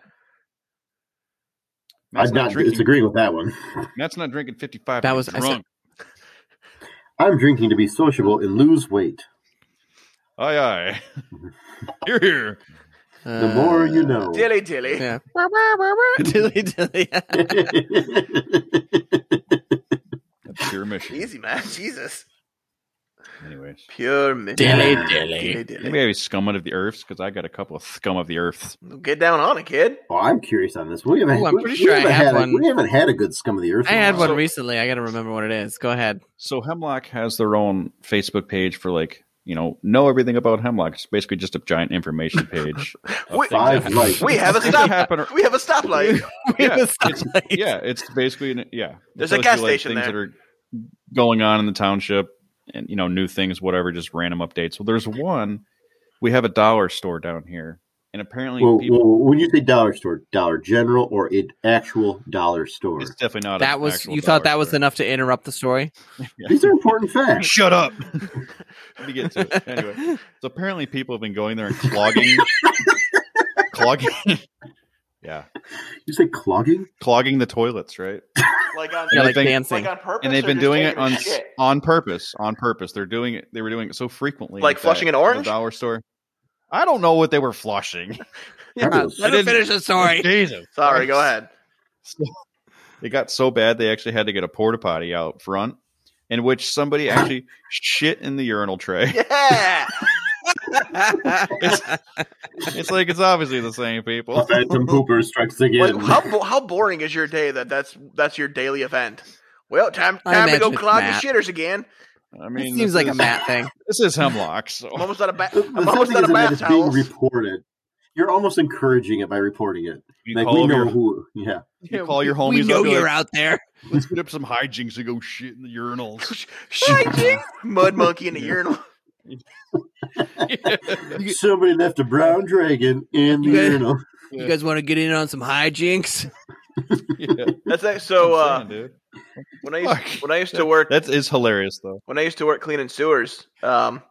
Speaker 2: Matt's
Speaker 4: I'm
Speaker 2: not,
Speaker 4: not
Speaker 2: drinking.
Speaker 4: disagreeing with that one.
Speaker 2: Matt's not drinking 55.
Speaker 3: That
Speaker 2: That was
Speaker 3: was- I said-
Speaker 2: drunk.
Speaker 4: I'm drinking to be sociable and lose weight.
Speaker 2: Aye aye. Here here.
Speaker 4: The more you
Speaker 3: Uh,
Speaker 4: know.
Speaker 1: Dilly dilly.
Speaker 3: Yeah. dilly dilly.
Speaker 2: That's pure mission.
Speaker 1: Easy, man. Jesus.
Speaker 2: Anyways.
Speaker 1: Pure mint.
Speaker 3: dilly
Speaker 4: Dilly
Speaker 3: dilly.
Speaker 1: Dilly dilly.
Speaker 2: Maybe I was scum of the earths because I got a couple of scum of the earths.
Speaker 1: Get down on it, kid.
Speaker 4: oh, I'm curious on this. We haven't.
Speaker 3: Ooh, I'm
Speaker 4: we-
Speaker 3: pretty
Speaker 4: we
Speaker 3: sure I
Speaker 4: haven't
Speaker 3: have
Speaker 4: had a-
Speaker 3: one.
Speaker 4: we haven't had a good scum of the earth.
Speaker 3: I
Speaker 4: in a
Speaker 3: had
Speaker 4: while.
Speaker 3: one recently. I gotta remember what it is. Go ahead.
Speaker 2: So Hemlock has their own Facebook page for like, you know, know everything about Hemlock. It's basically just a giant information page. of
Speaker 1: We-
Speaker 2: things
Speaker 4: Five
Speaker 2: that
Speaker 4: likes.
Speaker 1: We have a
Speaker 2: things that
Speaker 1: stop.
Speaker 2: happen-
Speaker 1: We have a stoplight.
Speaker 2: Yeah,
Speaker 3: It was
Speaker 2: it's-
Speaker 3: like-
Speaker 2: yeah, it's basically an, yeah. It
Speaker 1: There's a
Speaker 2: tells
Speaker 1: gas
Speaker 2: you, like,
Speaker 1: station
Speaker 2: things
Speaker 1: there.
Speaker 2: that are going on in the township, and you know, new things, whatever, just random updates. Well, there's one. We have a dollar store down here, and apparently
Speaker 4: Well,
Speaker 2: people.
Speaker 4: well, when you say dollar store, Dollar General or an actual dollar store,
Speaker 2: It's definitely not.
Speaker 3: That
Speaker 2: an
Speaker 3: was
Speaker 2: actual
Speaker 3: you thought
Speaker 2: dollar
Speaker 3: that was
Speaker 2: store.
Speaker 3: enough to interrupt the story.
Speaker 4: these are important facts.
Speaker 2: Shut up. Let me get to it. Anyway, so apparently people have been going there and clogging, clogging. yeah,
Speaker 4: You say clogging?
Speaker 2: clogging the toilets, right?
Speaker 1: Like on
Speaker 3: Yeah, like
Speaker 2: Anything-
Speaker 3: dancing.
Speaker 1: Like on purpose,
Speaker 2: And they've
Speaker 1: or
Speaker 2: been
Speaker 1: just
Speaker 2: doing it
Speaker 1: taking
Speaker 2: on
Speaker 1: a shit?
Speaker 2: on purpose. On purpose, they're doing it. They were doing it so frequently,
Speaker 1: Like
Speaker 2: that
Speaker 1: flushing an orange?
Speaker 2: the dollar store. I don't know what they were flushing.
Speaker 3: Yeah,
Speaker 4: Fabulous.
Speaker 3: let
Speaker 2: I
Speaker 3: him
Speaker 2: didn't-
Speaker 3: finish the story.
Speaker 2: Jesus,
Speaker 1: Sorry,
Speaker 2: Christ.
Speaker 1: go ahead.
Speaker 2: It got so bad they actually had to get a porta potty out front, in which somebody actually shit in the urinal tray.
Speaker 1: Yeah,
Speaker 2: It's like it's obviously the same
Speaker 4: A
Speaker 2: people.
Speaker 4: phantom pooper strikes
Speaker 1: Wait,
Speaker 4: again.
Speaker 1: how bo- how boring is your day that that's that's your daily event? Well, time
Speaker 3: I
Speaker 1: time to
Speaker 3: imagine
Speaker 1: go
Speaker 3: it's
Speaker 1: clog the
Speaker 3: Matt.
Speaker 1: shitters again.
Speaker 2: I
Speaker 3: It
Speaker 2: mean, this
Speaker 3: seems like a
Speaker 2: is-
Speaker 3: Matt thing.
Speaker 2: This is Oh, hemlock. So
Speaker 1: I'm almost out of ba-
Speaker 4: The, the
Speaker 1: I'm
Speaker 4: sad
Speaker 1: almost
Speaker 4: thing
Speaker 1: out
Speaker 4: is
Speaker 1: of
Speaker 4: that
Speaker 1: bath
Speaker 4: it's being
Speaker 1: towels.
Speaker 4: reported. You're almost encouraging it by reporting it.
Speaker 2: you
Speaker 4: Like
Speaker 2: call
Speaker 4: we
Speaker 2: up
Speaker 4: know
Speaker 2: your,
Speaker 4: who. Yeah.
Speaker 2: you call your homies.
Speaker 3: We know
Speaker 2: up, you're
Speaker 3: you're
Speaker 2: like,
Speaker 3: out there.
Speaker 2: Let's get up some hijinks and go shit in the urinals.
Speaker 1: Shit. Mud monkey in the urinal.
Speaker 2: Yeah.
Speaker 4: Somebody left a brown dragon in the
Speaker 3: You guys-
Speaker 4: urinal.
Speaker 3: You guys want to get in on some hijinks?
Speaker 1: That's it. So
Speaker 2: I'm
Speaker 1: uh,
Speaker 2: saying, dude.
Speaker 1: when I used,
Speaker 2: Fuck.
Speaker 1: when I used to work
Speaker 2: that is hilarious though.
Speaker 1: when I used to work cleaning sewers, um,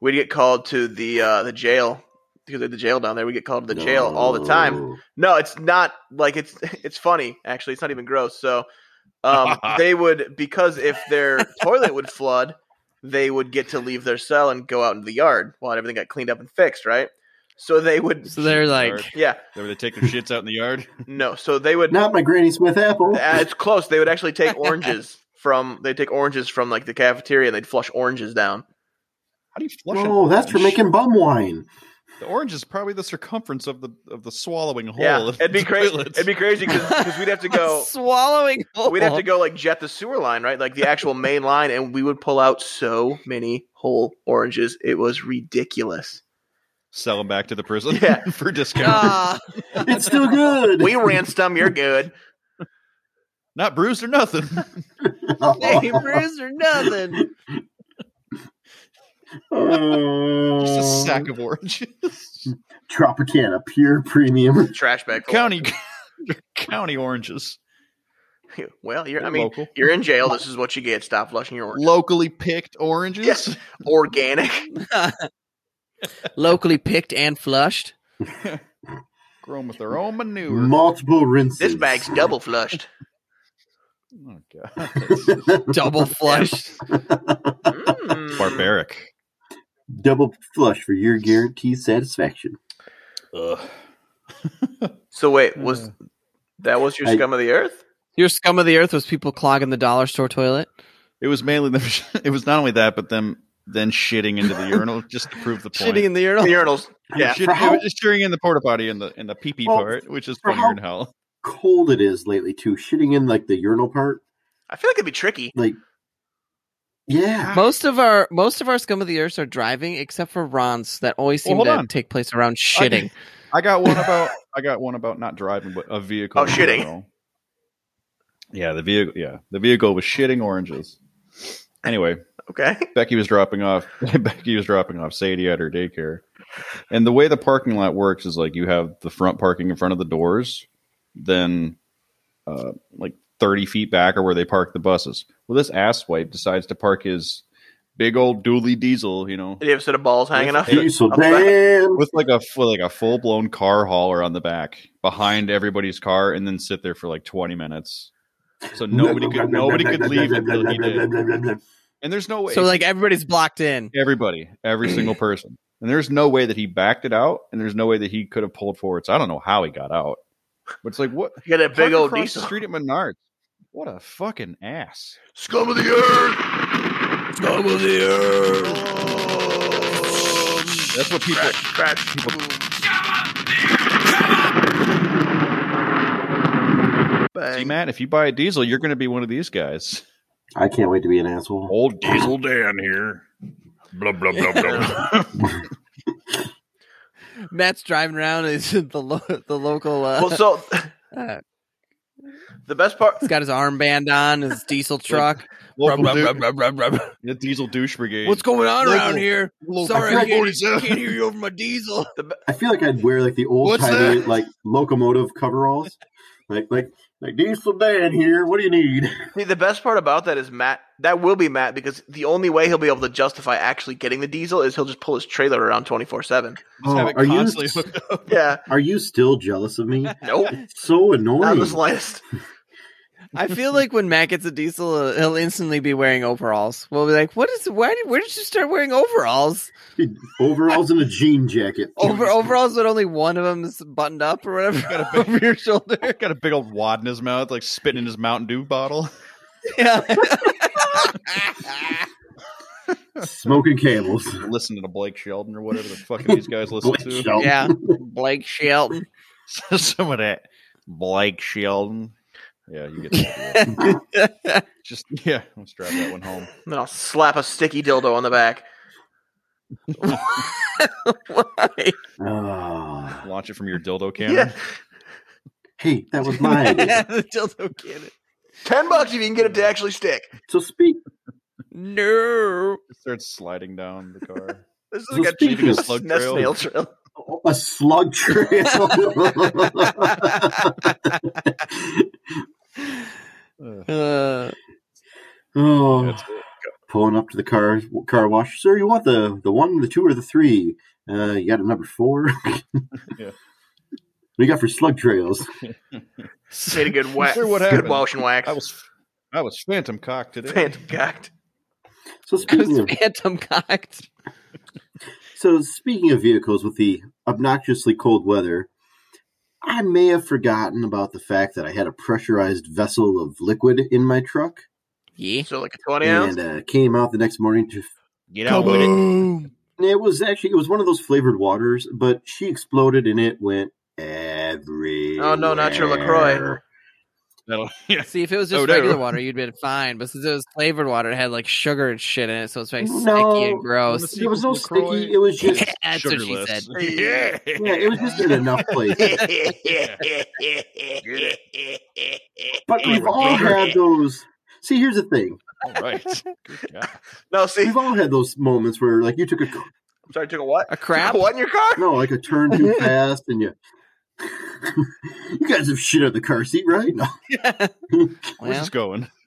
Speaker 1: we'd get called to the uh, the jail because of the jail down there. We get called to the jail all the time.
Speaker 4: No.
Speaker 1: No, it's not like it's it's funny actually. It's not even gross. So um, they would because if their toilet would flood, they would get to leave their cell and go out into the yard while everything got cleaned up and fixed, right? So they would,
Speaker 3: So they're like,
Speaker 2: Sorry.
Speaker 1: yeah,
Speaker 2: They were taking shits out in the yard.
Speaker 1: no. So they would.
Speaker 4: Not my Granny Smith apple.
Speaker 1: Uh, it's close. They would actually take oranges from. They would take oranges from like the cafeteria and they'd flush oranges down.
Speaker 2: How do you flush? an
Speaker 4: Oh, that's for
Speaker 2: orange?
Speaker 4: making bum wine.
Speaker 2: the orange is probably the circumference of the of the swallowing hole.
Speaker 1: yeah,
Speaker 2: of
Speaker 1: it'd be
Speaker 2: the
Speaker 1: crazy.
Speaker 2: toilets.
Speaker 1: It'd be crazy because we'd have to go.
Speaker 3: swallowing.
Speaker 1: We'd have to
Speaker 3: whole.
Speaker 1: go like jet the sewer line, right? Like the actual main line, and we would pull out so many whole oranges. It was ridiculous.
Speaker 2: sell them back to the prison
Speaker 1: Yeah.
Speaker 2: for discount.
Speaker 3: Ah,
Speaker 4: It's still good.
Speaker 1: We rinsed them. You're good.
Speaker 2: Not bruised or nothing.
Speaker 3: they bruised or nothing.
Speaker 2: Just a sack of oranges.
Speaker 4: Tropicana, pure premium.
Speaker 1: Trash bag. full.
Speaker 2: county county oranges.
Speaker 1: Well, you're. I mean,
Speaker 2: Local.
Speaker 1: you're in jail. This is what you get. Stop flushing your oranges.
Speaker 2: locally picked oranges.
Speaker 1: Yes. organic.
Speaker 3: Locally picked and flushed.
Speaker 2: Grown with their own manure.
Speaker 4: Multiple rinses.
Speaker 1: This bag's double flushed.
Speaker 2: oh god.
Speaker 3: Double flushed.
Speaker 1: Mm.
Speaker 2: Barbaric.
Speaker 4: double flush for your guaranteed satisfaction.
Speaker 2: Ugh.
Speaker 1: So wait, was
Speaker 2: Uh.
Speaker 1: that was your
Speaker 4: I-
Speaker 1: scum of the earth?
Speaker 3: Your scum of the earth was people clogging the dollar store toilet.
Speaker 2: It was mainly them it was not only that, but them then shitting into the urinal just to prove the point.
Speaker 3: Shitting in the
Speaker 1: The
Speaker 3: urinal.
Speaker 1: urinals. Yeah.
Speaker 2: Shit-
Speaker 4: For
Speaker 2: it
Speaker 4: how-
Speaker 2: was just shitting in the porta potty in the in the pee pee
Speaker 4: Well,
Speaker 2: part, which is
Speaker 4: for
Speaker 2: funnier
Speaker 4: how-
Speaker 2: than hell.
Speaker 4: Cold it is lately too. Shitting in like the urinal part.
Speaker 1: I feel like it'd be tricky.
Speaker 4: Like, yeah.
Speaker 3: Most of our most of our scum of the earth are driving, except for Ron's that always
Speaker 2: Well,
Speaker 3: seem
Speaker 2: hold
Speaker 3: to
Speaker 2: on.
Speaker 3: take place around shitting.
Speaker 2: I got one about I got one about not driving but a vehicle.
Speaker 1: Oh, shitting.
Speaker 2: Though. Yeah, the vehicle. Yeah, the vehicle was shitting oranges. Anyway,
Speaker 1: Okay.
Speaker 2: Becky was dropping off. Becky was dropping off Sadie at her daycare, and the way the parking lot works is like you have the front parking in front of the doors, then uh, like thirty feet back are where they park the buses. Well, this asswipe decides to park his big old dually diesel, you know,
Speaker 1: Did you have a set of balls hanging up?
Speaker 4: Diesel
Speaker 1: Ah, Up the back.
Speaker 4: damn.
Speaker 2: with like a with like a full blown car hauler on the back behind everybody's car, and then sit there for like twenty minutes. So nobody could nobody could leave until he did. And there's no way.
Speaker 3: so like everybody's blocked in.
Speaker 2: everybody, every single person, and there's no way that he backed it out, and there's no way that he could have pulled forward. So I don't know how he got out. But it's like what
Speaker 1: You got a
Speaker 2: park
Speaker 1: big old
Speaker 2: across
Speaker 1: diesel.
Speaker 2: the street at Menards. What a fucking ass!
Speaker 1: Scum of the earth.
Speaker 3: Scum of the earth.
Speaker 2: That's what people.
Speaker 1: Crash.
Speaker 2: people- See,
Speaker 1: Bang.
Speaker 2: Matt, if you buy a diesel, you're going to be one of these guys.
Speaker 4: I can't wait to be an asshole.
Speaker 2: Old Diesel Dan here. Blah blah blah blah.
Speaker 3: Matt's driving around. and He's in the lo- the local. Uh,
Speaker 1: Well, so
Speaker 3: uh,
Speaker 1: the best part.
Speaker 3: he's got his armband on his diesel truck.
Speaker 2: Local
Speaker 3: Rub, rub,
Speaker 2: du-
Speaker 3: rub, rub, rub, rub.
Speaker 2: the diesel douche brigade.
Speaker 3: What's going on
Speaker 2: Local-
Speaker 3: around here?
Speaker 2: Local-
Speaker 3: Sorry, I can't,
Speaker 2: Local-
Speaker 3: can't hear you over my diesel.
Speaker 4: I feel like I'd wear like the old
Speaker 2: What's
Speaker 4: timey
Speaker 2: that?
Speaker 4: like locomotive coveralls. Like like like Diesel Dan here. What do you need?
Speaker 1: See, the best part about that is Matt. That will be Matt because the only way he'll be able to justify actually getting the diesel is he'll just pull his trailer around twenty four seven.
Speaker 2: Just have it
Speaker 4: are you-
Speaker 2: constantly hooked up.
Speaker 1: Yeah.
Speaker 4: Are you still jealous of me?
Speaker 1: Nope.
Speaker 4: So
Speaker 1: Not
Speaker 4: annoying.
Speaker 1: the slightest.
Speaker 3: I feel like when Matt gets a diesel, uh, he'll instantly be wearing overalls. We'll be like, "What is? Why? Did, where did you start wearing overalls?
Speaker 4: Overalls and a jean jacket.
Speaker 3: Over overalls, but only one of them is buttoned up or whatever
Speaker 2: Got a big-
Speaker 3: over your shoulder."
Speaker 2: Got a big old wad in his mouth, like spitting in his Mountain Dew bottle.
Speaker 3: Yeah.
Speaker 4: smoking camels.
Speaker 2: Listening to Blake Sheldon or whatever the fuck these guys listen
Speaker 4: Blake
Speaker 2: to.
Speaker 4: Shelton.
Speaker 3: Yeah. Blake Shelton.
Speaker 2: Some of that Blake Sheldon. Yeah, you get that. Just yeah, let's drive that one home.
Speaker 1: then I'll slap a sticky dildo on the back.
Speaker 3: Why?
Speaker 4: Ah.
Speaker 2: Launch it from your dildo
Speaker 1: Yeah.
Speaker 2: cannon.
Speaker 4: hey, that was my idea.
Speaker 3: the dildo cannon.
Speaker 1: Ten bucks if you can get it to actually stick.
Speaker 4: So speak.
Speaker 3: No.
Speaker 2: It starts sliding down the car.
Speaker 1: This is
Speaker 4: So
Speaker 1: like a,
Speaker 4: speaking
Speaker 1: cheap
Speaker 4: of
Speaker 2: slug trail-
Speaker 1: snail snail trail.
Speaker 4: A slug trail.
Speaker 2: Ugh.
Speaker 3: Uh,
Speaker 4: oh.
Speaker 2: That's it.
Speaker 4: pulling up to the car car wash. Sir, you want the the one, the two, or the three? Uh, you got a number four.
Speaker 2: Yeah.
Speaker 4: What do you got for slug trails?
Speaker 1: Made a good wax.
Speaker 2: Sure, what
Speaker 1: good
Speaker 2: happened?
Speaker 1: wash and wax.
Speaker 2: I was I was phantom cock today.
Speaker 1: phantom cocked.
Speaker 4: So
Speaker 3: I was
Speaker 4: speaking of
Speaker 3: phantom cocked.
Speaker 4: so speaking of vehicles with the obnoxiously cold weather, I may have forgotten about the fact that I had a pressurized vessel of liquid in my truck,
Speaker 3: Yeah.
Speaker 1: So like a twenty ounce.
Speaker 4: and uh, came out the next morning to
Speaker 2: Get out with it.
Speaker 4: It was actually it was one of those flavored waters, but she exploded and it went everywhere.
Speaker 1: Oh, no, not your LaCroix.
Speaker 2: That'll- yeah.
Speaker 3: See, if it was just
Speaker 2: Oh, no.
Speaker 3: regular water, you'd been fine. But since it was flavored water, it had like sugar and shit in it, so it's like
Speaker 4: No.
Speaker 3: sticky and gross.
Speaker 2: Honestly,
Speaker 4: It was no
Speaker 2: LaCroix.
Speaker 4: sticky. It was just
Speaker 3: Yeah, that's what she
Speaker 2: Sugarless.
Speaker 3: said.
Speaker 1: Yeah.
Speaker 4: yeah, it was just in enough places. But we've all had those. See, here's the thing:
Speaker 2: All right. Good God.
Speaker 1: No, see,
Speaker 4: we've all had those moments where, like, you took a
Speaker 1: I'm sorry, took a what?
Speaker 3: A crap?
Speaker 1: Took a what in your car?
Speaker 4: no, like a turn too fast, and you. you guys have shit on the car seat, right? No.
Speaker 2: Where's
Speaker 3: Well,
Speaker 2: this going?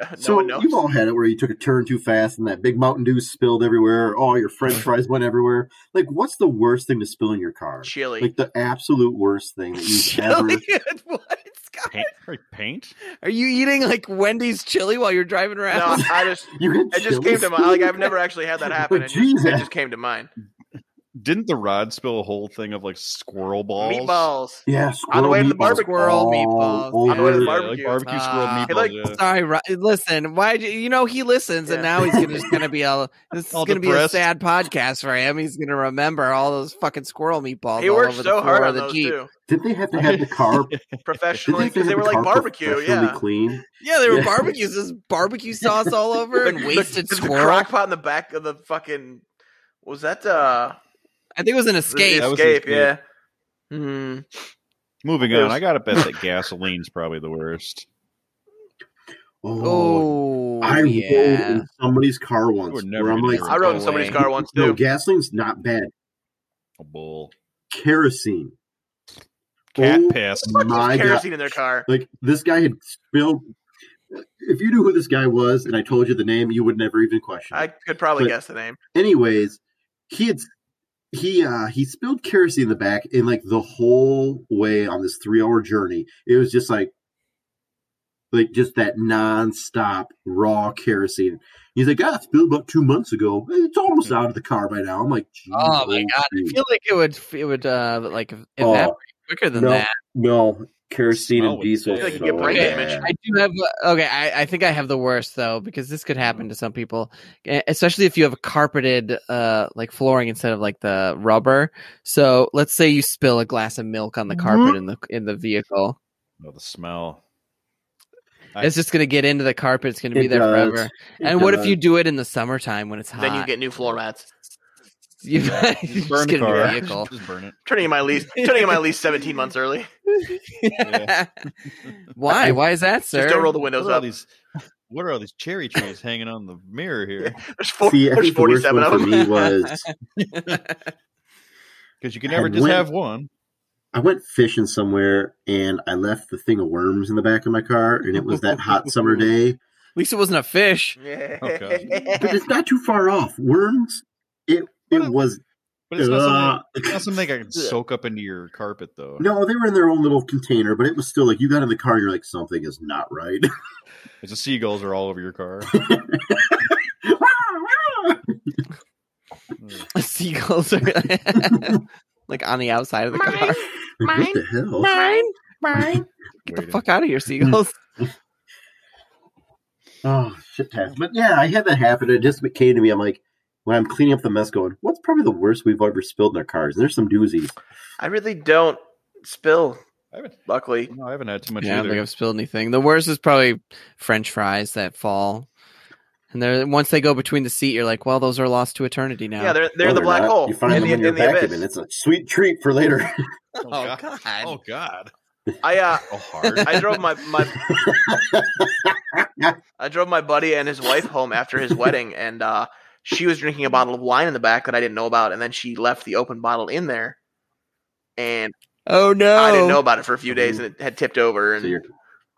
Speaker 1: No
Speaker 4: so
Speaker 1: one knows.
Speaker 4: you've all had it where you took a turn too fast, and that big Mountain Dew spilled everywhere. Or all your French fries went everywhere. Like, what's the worst thing to spill in your car?
Speaker 1: Chili.
Speaker 4: Like the absolute worst thing that you've ever.
Speaker 3: chili? what, Scott?
Speaker 2: Paint? Sorry, paint?
Speaker 3: Are you eating like Wendy's chili while you're driving
Speaker 1: no,
Speaker 3: around?
Speaker 1: I just
Speaker 4: You had
Speaker 1: it just
Speaker 4: chili
Speaker 1: came to mind. Like I've never actually had that happen. It just, it
Speaker 4: Oh, Jesus.
Speaker 1: just came to mind.
Speaker 2: Didn't the rod spill a whole thing of like squirrel balls?
Speaker 1: Meatballs.
Speaker 4: Yeah, Oh,
Speaker 1: On the way to the
Speaker 4: meatballs
Speaker 1: barbecue.
Speaker 3: Squirrel
Speaker 4: all
Speaker 3: meatballs. On
Speaker 1: the way to the
Speaker 4: over.
Speaker 2: Yeah, like
Speaker 1: Barbecue.
Speaker 2: barbecue squirrel
Speaker 3: Ah.
Speaker 2: meatballs.
Speaker 1: Like-
Speaker 2: yeah.
Speaker 3: Sorry, Ro- listen. Why do you know he listens,
Speaker 1: Yeah.
Speaker 3: and now he's gonna, just gonna be all this is
Speaker 2: All
Speaker 3: gonna
Speaker 2: depressed.
Speaker 3: be a sad podcast for him. He's gonna remember all those fucking squirrel meatballs.
Speaker 1: He
Speaker 3: all
Speaker 1: worked
Speaker 3: over
Speaker 1: so
Speaker 3: the
Speaker 1: hard
Speaker 3: floor
Speaker 1: on
Speaker 3: of the
Speaker 1: those
Speaker 3: Jeep.
Speaker 1: too,
Speaker 4: Did they have to have the car? did they
Speaker 1: professionally,
Speaker 4: have to
Speaker 1: because they
Speaker 4: have
Speaker 1: were
Speaker 4: the
Speaker 1: like
Speaker 4: car
Speaker 1: barbecue.
Speaker 4: professionally
Speaker 1: Yeah,
Speaker 4: clean.
Speaker 3: Yeah, there were
Speaker 4: Yeah.
Speaker 3: barbecues. There's barbecue sauce all over and wasted
Speaker 1: the, the
Speaker 3: squirrel.
Speaker 1: crock pot in the back of the fucking was that uh
Speaker 3: I think it was an
Speaker 1: the
Speaker 3: escape.
Speaker 2: That was
Speaker 1: escape?
Speaker 2: the
Speaker 1: Yeah.
Speaker 2: escape.
Speaker 1: Hmm.
Speaker 2: Moving
Speaker 1: There's-
Speaker 2: on, I gotta bet that gasoline's probably the worst.
Speaker 4: Oh,
Speaker 3: Oh,
Speaker 4: I rode
Speaker 3: yeah.
Speaker 4: in somebody's car
Speaker 2: You were
Speaker 4: once.
Speaker 2: never
Speaker 4: Where I'm
Speaker 2: gonna
Speaker 4: like,
Speaker 2: hear
Speaker 1: I rode in
Speaker 3: No
Speaker 1: somebody's
Speaker 3: way.
Speaker 1: car once
Speaker 4: no,
Speaker 1: too.
Speaker 4: gasoline's not bad.
Speaker 2: A bull.
Speaker 4: Kerosene.
Speaker 2: Cat
Speaker 4: Oh,
Speaker 2: piss.
Speaker 4: My God.
Speaker 1: kerosene in their car.
Speaker 4: Like this guy had spilled. If you knew who this guy was, and I told you the name, you would never even question. it.
Speaker 1: I could probably
Speaker 4: But-
Speaker 1: guess the name.
Speaker 4: anyways, he had he uh he spilled kerosene in the back and like the whole way on this three hour journey, it was just like like just that nonstop raw kerosene. He's like, ah, it's spilled about two months ago. It's almost out of the car by now. I'm like,
Speaker 3: Hmm. Oh my
Speaker 4: "Jeez,
Speaker 3: god! I
Speaker 4: geez."
Speaker 3: feel like it would it would uh like
Speaker 4: Oh,
Speaker 3: evaporate quicker than
Speaker 4: no.
Speaker 3: that.
Speaker 4: no kerosene
Speaker 2: Smell
Speaker 4: and
Speaker 2: would
Speaker 4: diesel.
Speaker 2: say.
Speaker 1: Like you get
Speaker 4: so
Speaker 1: brain
Speaker 4: bad.
Speaker 1: damage.
Speaker 3: I do have okay. I, I think I have the worst though because this could happen to some people, e- especially if you have a carpeted uh like flooring instead of like the rubber. So let's say you spill a glass of milk on the
Speaker 4: Mm-hmm.
Speaker 3: carpet in the in the vehicle.
Speaker 2: Oh, the smell.
Speaker 3: It's just gonna get into the carpet. It's gonna be
Speaker 4: It
Speaker 3: there
Speaker 4: does.
Speaker 3: forever.
Speaker 4: It
Speaker 3: and what if
Speaker 4: does.
Speaker 3: you do it in the summertime when it's hot?
Speaker 1: Then you get new floor mats.
Speaker 3: you, you
Speaker 2: Just
Speaker 3: just
Speaker 2: burn the
Speaker 3: get
Speaker 2: car.
Speaker 3: a new vehicle.
Speaker 2: Just burn it.
Speaker 1: Turning in my lease. turning in my lease seventeen months early.
Speaker 2: Yeah.
Speaker 3: Why? Why is that,
Speaker 1: Just
Speaker 3: sir?
Speaker 1: don't roll the windows
Speaker 2: What are, all
Speaker 1: up.
Speaker 2: these, what are all these cherry trees hanging on the mirror here?
Speaker 1: There's, four,
Speaker 4: See, I
Speaker 1: there's
Speaker 4: think the worst
Speaker 1: forty-seven
Speaker 4: one
Speaker 1: of
Speaker 4: for
Speaker 1: them.
Speaker 4: me was
Speaker 2: Because you can
Speaker 4: I
Speaker 2: never just
Speaker 4: went-
Speaker 2: have one.
Speaker 4: I went fishing somewhere and I left the thing of worms in the back of my car, and it was that hot summer day.
Speaker 3: At least it wasn't a fish. Oh,
Speaker 4: but it's not too far off. Worms. It it was.
Speaker 2: But it's not something,
Speaker 4: uh,
Speaker 2: it's not something I can soak up into your carpet, though.
Speaker 4: no, they were in their own little container, but it was still like you got in the car and you're like something is not right.
Speaker 2: It's the seagulls are all over your car. Ugh.
Speaker 3: Seagulls are like on the outside of the car.
Speaker 4: Like, what the hell?
Speaker 3: Mine, mine. Get the
Speaker 2: Waiting.
Speaker 3: fuck out of here, seagulls.
Speaker 4: Oh shit, Taz. But yeah, I had that happen. It just came to me. I'm like, when I'm cleaning up the mess, going, what's probably the worst we've ever spilled in our cars? And there's some doozies.
Speaker 1: I really don't spill.
Speaker 2: I haven't,
Speaker 1: Luckily,
Speaker 2: no, I haven't had too much
Speaker 3: Yeah, I don't
Speaker 2: either.
Speaker 3: think I've spilled anything. The worst is probably French fries that fall, and they're once they go between the seat, you're like, well, those are lost to eternity now.
Speaker 1: yeah, they're they're
Speaker 4: No,
Speaker 1: in the black
Speaker 4: not.
Speaker 1: hole
Speaker 4: You find
Speaker 1: in
Speaker 4: them
Speaker 1: the,
Speaker 4: in your
Speaker 1: in the
Speaker 4: vacuum,
Speaker 1: abyss.
Speaker 4: and it's a sweet treat for later.
Speaker 3: oh god.
Speaker 2: Oh god.
Speaker 1: I uh,
Speaker 2: Oh hard.
Speaker 1: I drove my my I drove my buddy and his wife home after his wedding, and uh, she was drinking a bottle of wine in the back that I didn't know about, and then she left the open bottle in there, and
Speaker 3: Oh no!
Speaker 1: I didn't know about it for a few days, and it had tipped over,
Speaker 4: Mm-hmm. so
Speaker 1: and
Speaker 4: you're,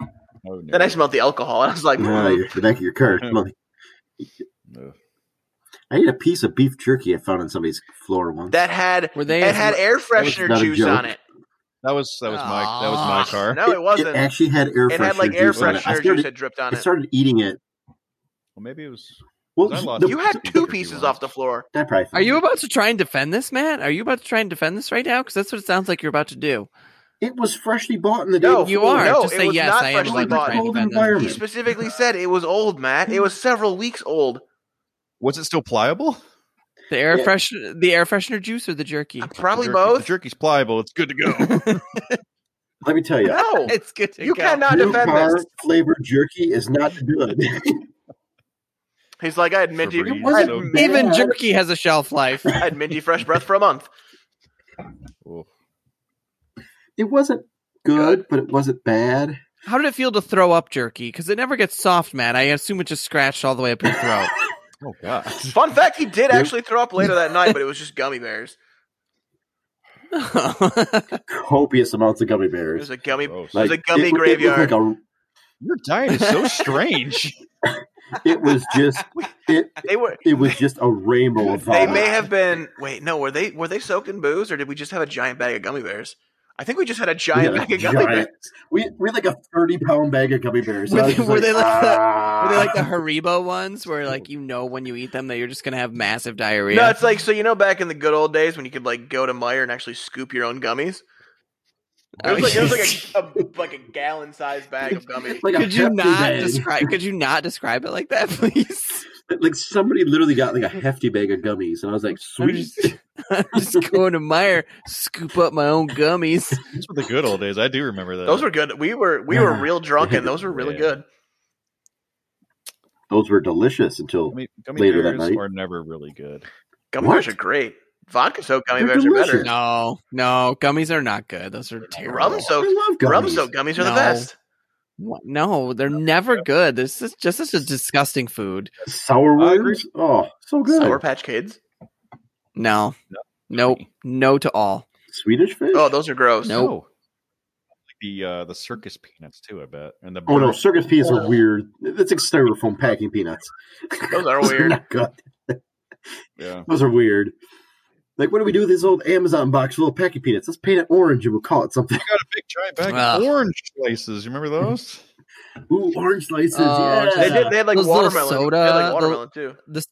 Speaker 2: Oh, no.
Speaker 1: then I smelled the alcohol, and I was like, Hmm.
Speaker 4: no,
Speaker 1: "Well,
Speaker 4: you're the back of your car. Come on.
Speaker 2: No.
Speaker 4: I ate a piece of beef jerky I found on somebody's floor once.
Speaker 1: that had
Speaker 3: Were they?
Speaker 1: it had air
Speaker 4: was
Speaker 1: freshener
Speaker 4: not a
Speaker 1: juice
Speaker 4: joke.
Speaker 1: on it.
Speaker 2: That was that was my that was my
Speaker 3: Aw.
Speaker 2: car.
Speaker 1: No, it wasn't.
Speaker 4: It
Speaker 1: It,
Speaker 4: actually had air freshener
Speaker 1: had like air
Speaker 4: juice on it. I
Speaker 1: freshener
Speaker 4: started-
Speaker 1: juice had dripped on
Speaker 4: I
Speaker 1: it.
Speaker 4: started eating it.
Speaker 2: Well, maybe it was.
Speaker 4: Well,
Speaker 2: I lost
Speaker 4: the-
Speaker 2: it.
Speaker 1: You had two
Speaker 2: Jerky
Speaker 1: pieces
Speaker 2: once.
Speaker 1: off the floor.
Speaker 4: I probably
Speaker 3: Are you
Speaker 4: found
Speaker 3: about to try and defend this, Matt? Are you about to try and defend this right now? Because that's what it sounds like you're about to do.
Speaker 4: it. It was freshly bought in the day.
Speaker 1: No,
Speaker 4: before.
Speaker 3: You are.
Speaker 1: Oh, no,
Speaker 3: Just
Speaker 1: it
Speaker 3: say
Speaker 1: was
Speaker 3: yes.
Speaker 1: not
Speaker 3: I am
Speaker 1: freshly
Speaker 3: about to try and
Speaker 4: bought.
Speaker 3: defend
Speaker 4: Cold
Speaker 1: He
Speaker 3: this.
Speaker 1: specifically said it was old, Matt. It was several weeks old.
Speaker 2: Was it still pliable?
Speaker 3: The air
Speaker 4: Yeah.
Speaker 3: fresh, the air freshener juice or the jerky?
Speaker 1: Probably
Speaker 2: The jerky- The
Speaker 1: both.
Speaker 2: jerky's pliable. It's good to go.
Speaker 4: Let me tell you,
Speaker 1: No,
Speaker 3: It's good to
Speaker 1: you
Speaker 3: go.
Speaker 1: cannot
Speaker 4: real
Speaker 1: defend
Speaker 4: car
Speaker 1: this.
Speaker 4: flavored jerky is not good.
Speaker 1: He's like, I had minty,
Speaker 2: Febreze,
Speaker 1: I had,
Speaker 2: so-
Speaker 1: min-
Speaker 3: Even jerky has a shelf life.
Speaker 1: I had minty fresh breath for a month.
Speaker 2: Oh,
Speaker 4: it wasn't good, but it wasn't bad.
Speaker 3: How did it feel to throw up jerky? Because it never gets soft, Matt. I assume it just scratched all the way up your throat.
Speaker 2: oh god.
Speaker 1: Fun fact: He did
Speaker 4: Yeah.
Speaker 1: actually throw up later that night, but it was just gummy bears.
Speaker 4: Copious amounts of gummy
Speaker 1: It
Speaker 4: bears.
Speaker 1: was a gummy. It
Speaker 2: Gross.
Speaker 1: was a gummy
Speaker 4: it- it looked
Speaker 1: graveyard.
Speaker 4: like
Speaker 2: Oh, Your diet is so strange.
Speaker 4: a- it was just it,
Speaker 1: They were.
Speaker 4: it was just a rainbow of
Speaker 1: They
Speaker 4: vomit.
Speaker 1: may have been. Wait, no. Were they? Were they soaked in booze, or did we just have a giant bag of gummy bears? I think we just had a
Speaker 4: We
Speaker 1: giant
Speaker 4: had a
Speaker 1: bag of gummy
Speaker 4: giant-
Speaker 1: bears.
Speaker 4: we, we had like a thirty pound bag of gummy bears.
Speaker 3: Were
Speaker 4: I was
Speaker 3: they-
Speaker 4: just
Speaker 3: were they like the-
Speaker 4: "Ah."
Speaker 3: Were they like the Haribo ones, where like you know when you eat them that you're just gonna have massive diarrhea?
Speaker 1: No, it's like so. You know, back in the good old days when you could like go to Meyer and actually scoop your own gummies. It was like it was like a, a like a gallon sized bag of gummies.
Speaker 4: Like a
Speaker 3: could you
Speaker 4: hefty
Speaker 3: not
Speaker 4: bag.
Speaker 3: describe? Could you not describe it like that, please?
Speaker 4: Like somebody literally got like a hefty bag of gummies, and I was like,
Speaker 3: I'm
Speaker 4: "Sweet,
Speaker 3: just, I'm just going to Meyer, scoop up my own gummies.
Speaker 2: Those were the good old days. I do remember that.
Speaker 1: Those were good. We were we were real drunk, and those were really
Speaker 2: uh, Yeah.
Speaker 1: good.
Speaker 4: those were delicious." Until
Speaker 2: gummy, gummy
Speaker 4: Later that
Speaker 2: bears
Speaker 4: night.
Speaker 2: are never really good.
Speaker 1: Gummy
Speaker 4: What?
Speaker 1: bears are great. Vodka soaked gummy
Speaker 4: They're
Speaker 1: bears are
Speaker 4: delicious.
Speaker 1: better.
Speaker 3: No, no, gummies are not good. Those are terrible.
Speaker 1: Rum
Speaker 4: Oh, I
Speaker 1: soaked
Speaker 4: love gummies.
Speaker 1: rum soaked gummies are the
Speaker 3: No.
Speaker 1: best.
Speaker 3: What? No, they're never good. This is just such a disgusting food.
Speaker 4: Sour
Speaker 2: I
Speaker 4: worms, oh, so good.
Speaker 1: Sour Patch Kids.
Speaker 3: No, nope, no to all.
Speaker 4: Swedish fish.
Speaker 1: Oh, those are gross.
Speaker 3: Nope.
Speaker 2: Oh. Like The uh, the circus peanuts too, I bet, and the
Speaker 4: Oh no,
Speaker 2: bird-
Speaker 4: circus peanuts are weird. That's like styrofoam packing peanuts.
Speaker 1: Those are
Speaker 4: Those
Speaker 1: weird.
Speaker 4: not good.
Speaker 2: yeah,
Speaker 4: Those are weird. Like, what do we do with this old Amazon box full of packing peanuts? Let's paint it orange and we'll call it something.
Speaker 2: I got a big giant bag
Speaker 3: Ugh.
Speaker 2: of orange slices. You remember those?
Speaker 4: Ooh, orange slices.
Speaker 3: Oh,
Speaker 4: yeah.
Speaker 1: They did. They had like
Speaker 3: Those little
Speaker 1: watermelon.
Speaker 3: soda,
Speaker 1: they had like
Speaker 3: the-
Speaker 1: watermelon too.
Speaker 3: The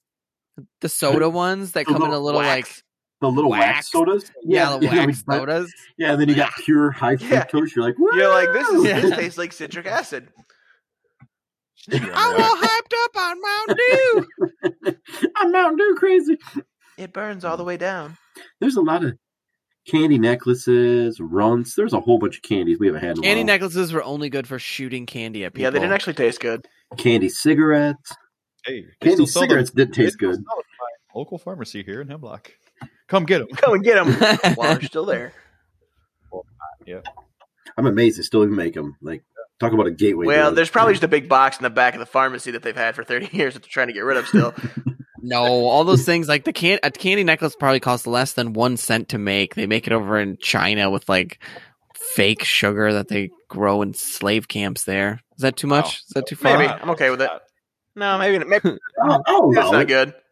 Speaker 3: the soda ones that
Speaker 4: The
Speaker 3: come in a
Speaker 4: little
Speaker 3: little
Speaker 1: wax.
Speaker 4: The little wax,
Speaker 3: Wax.
Speaker 4: sodas.
Speaker 3: like yeah, the
Speaker 4: yeah, we-
Speaker 3: wax sodas.
Speaker 4: yeah, and then you got pure high
Speaker 1: Yeah.
Speaker 4: fructose. You're like, Woo!
Speaker 1: You're like this is
Speaker 3: Yeah.
Speaker 1: this tastes like citric acid.
Speaker 3: I'm all hyped up on Mountain Dew.
Speaker 4: I'm Mountain Dew crazy.
Speaker 1: It burns all the way down.
Speaker 4: There's a lot of candy necklaces, runts. There's a whole bunch of candies we haven't had. In a
Speaker 3: candy
Speaker 4: while.
Speaker 3: necklaces were only good for shooting candy at people.
Speaker 1: Yeah, they didn't actually taste good.
Speaker 4: candy cigarettes.
Speaker 2: Hey, they
Speaker 4: Candy
Speaker 2: still sell them-
Speaker 4: cigarettes
Speaker 2: they
Speaker 4: did taste
Speaker 2: still
Speaker 4: good.
Speaker 2: sell them at my Local pharmacy here in Hemlock. Come get them.
Speaker 1: Come and get them while they're still there.
Speaker 4: I'm amazed they still even make them. Like, talk about a gateway.
Speaker 1: Well,
Speaker 4: drug.
Speaker 1: there's probably just a big box in the back of the pharmacy that they've had for 30 years that they're trying to get rid of still.
Speaker 3: no, all those things like the can a candy necklace probably costs less than one cent to make. They make it over in China with like fake sugar that they grow in slave camps. There is that too much?
Speaker 2: Wow.
Speaker 3: Is that too far?
Speaker 1: Maybe. I'm okay with it. No, maybe maybe
Speaker 4: Oh, oh
Speaker 1: that's
Speaker 4: no.
Speaker 1: not good.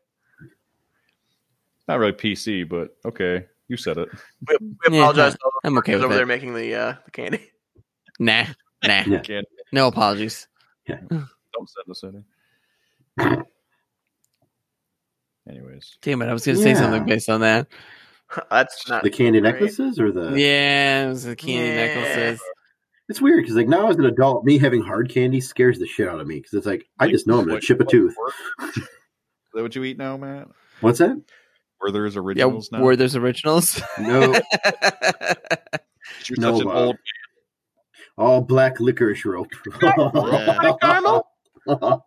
Speaker 2: Not really PC, but okay. You said it.
Speaker 1: We, we
Speaker 3: Yeah.
Speaker 1: apologize to all the
Speaker 3: I'm okay
Speaker 1: kids
Speaker 3: with
Speaker 1: over
Speaker 3: it.
Speaker 1: there making the uh, the candy.
Speaker 3: Nah, nah,
Speaker 4: Yeah.
Speaker 2: Candy.
Speaker 3: no apologies.
Speaker 2: Don't send us any. Anyways,
Speaker 3: Damn it, I was gonna say
Speaker 4: Yeah.
Speaker 3: something based on that.
Speaker 1: That's not
Speaker 4: The candy
Speaker 1: Great.
Speaker 4: necklaces or the
Speaker 3: yeah, it was the candy
Speaker 1: Yeah.
Speaker 3: necklaces.
Speaker 4: It's weird because like now as an adult, me having hard candy scares the shit out of me because it's like I
Speaker 2: Like,
Speaker 4: just know I'm gonna
Speaker 2: what-
Speaker 4: chip a
Speaker 2: what
Speaker 4: tooth.
Speaker 2: Werther- Is that what you eat now, Matt?
Speaker 4: What's that?
Speaker 2: Werther's
Speaker 3: Yeah,
Speaker 2: originals now.
Speaker 3: were there's originals?
Speaker 4: No,
Speaker 2: You're
Speaker 4: No,
Speaker 2: such an
Speaker 4: Bob.
Speaker 2: old
Speaker 4: all black licorice rope.
Speaker 1: Caramel?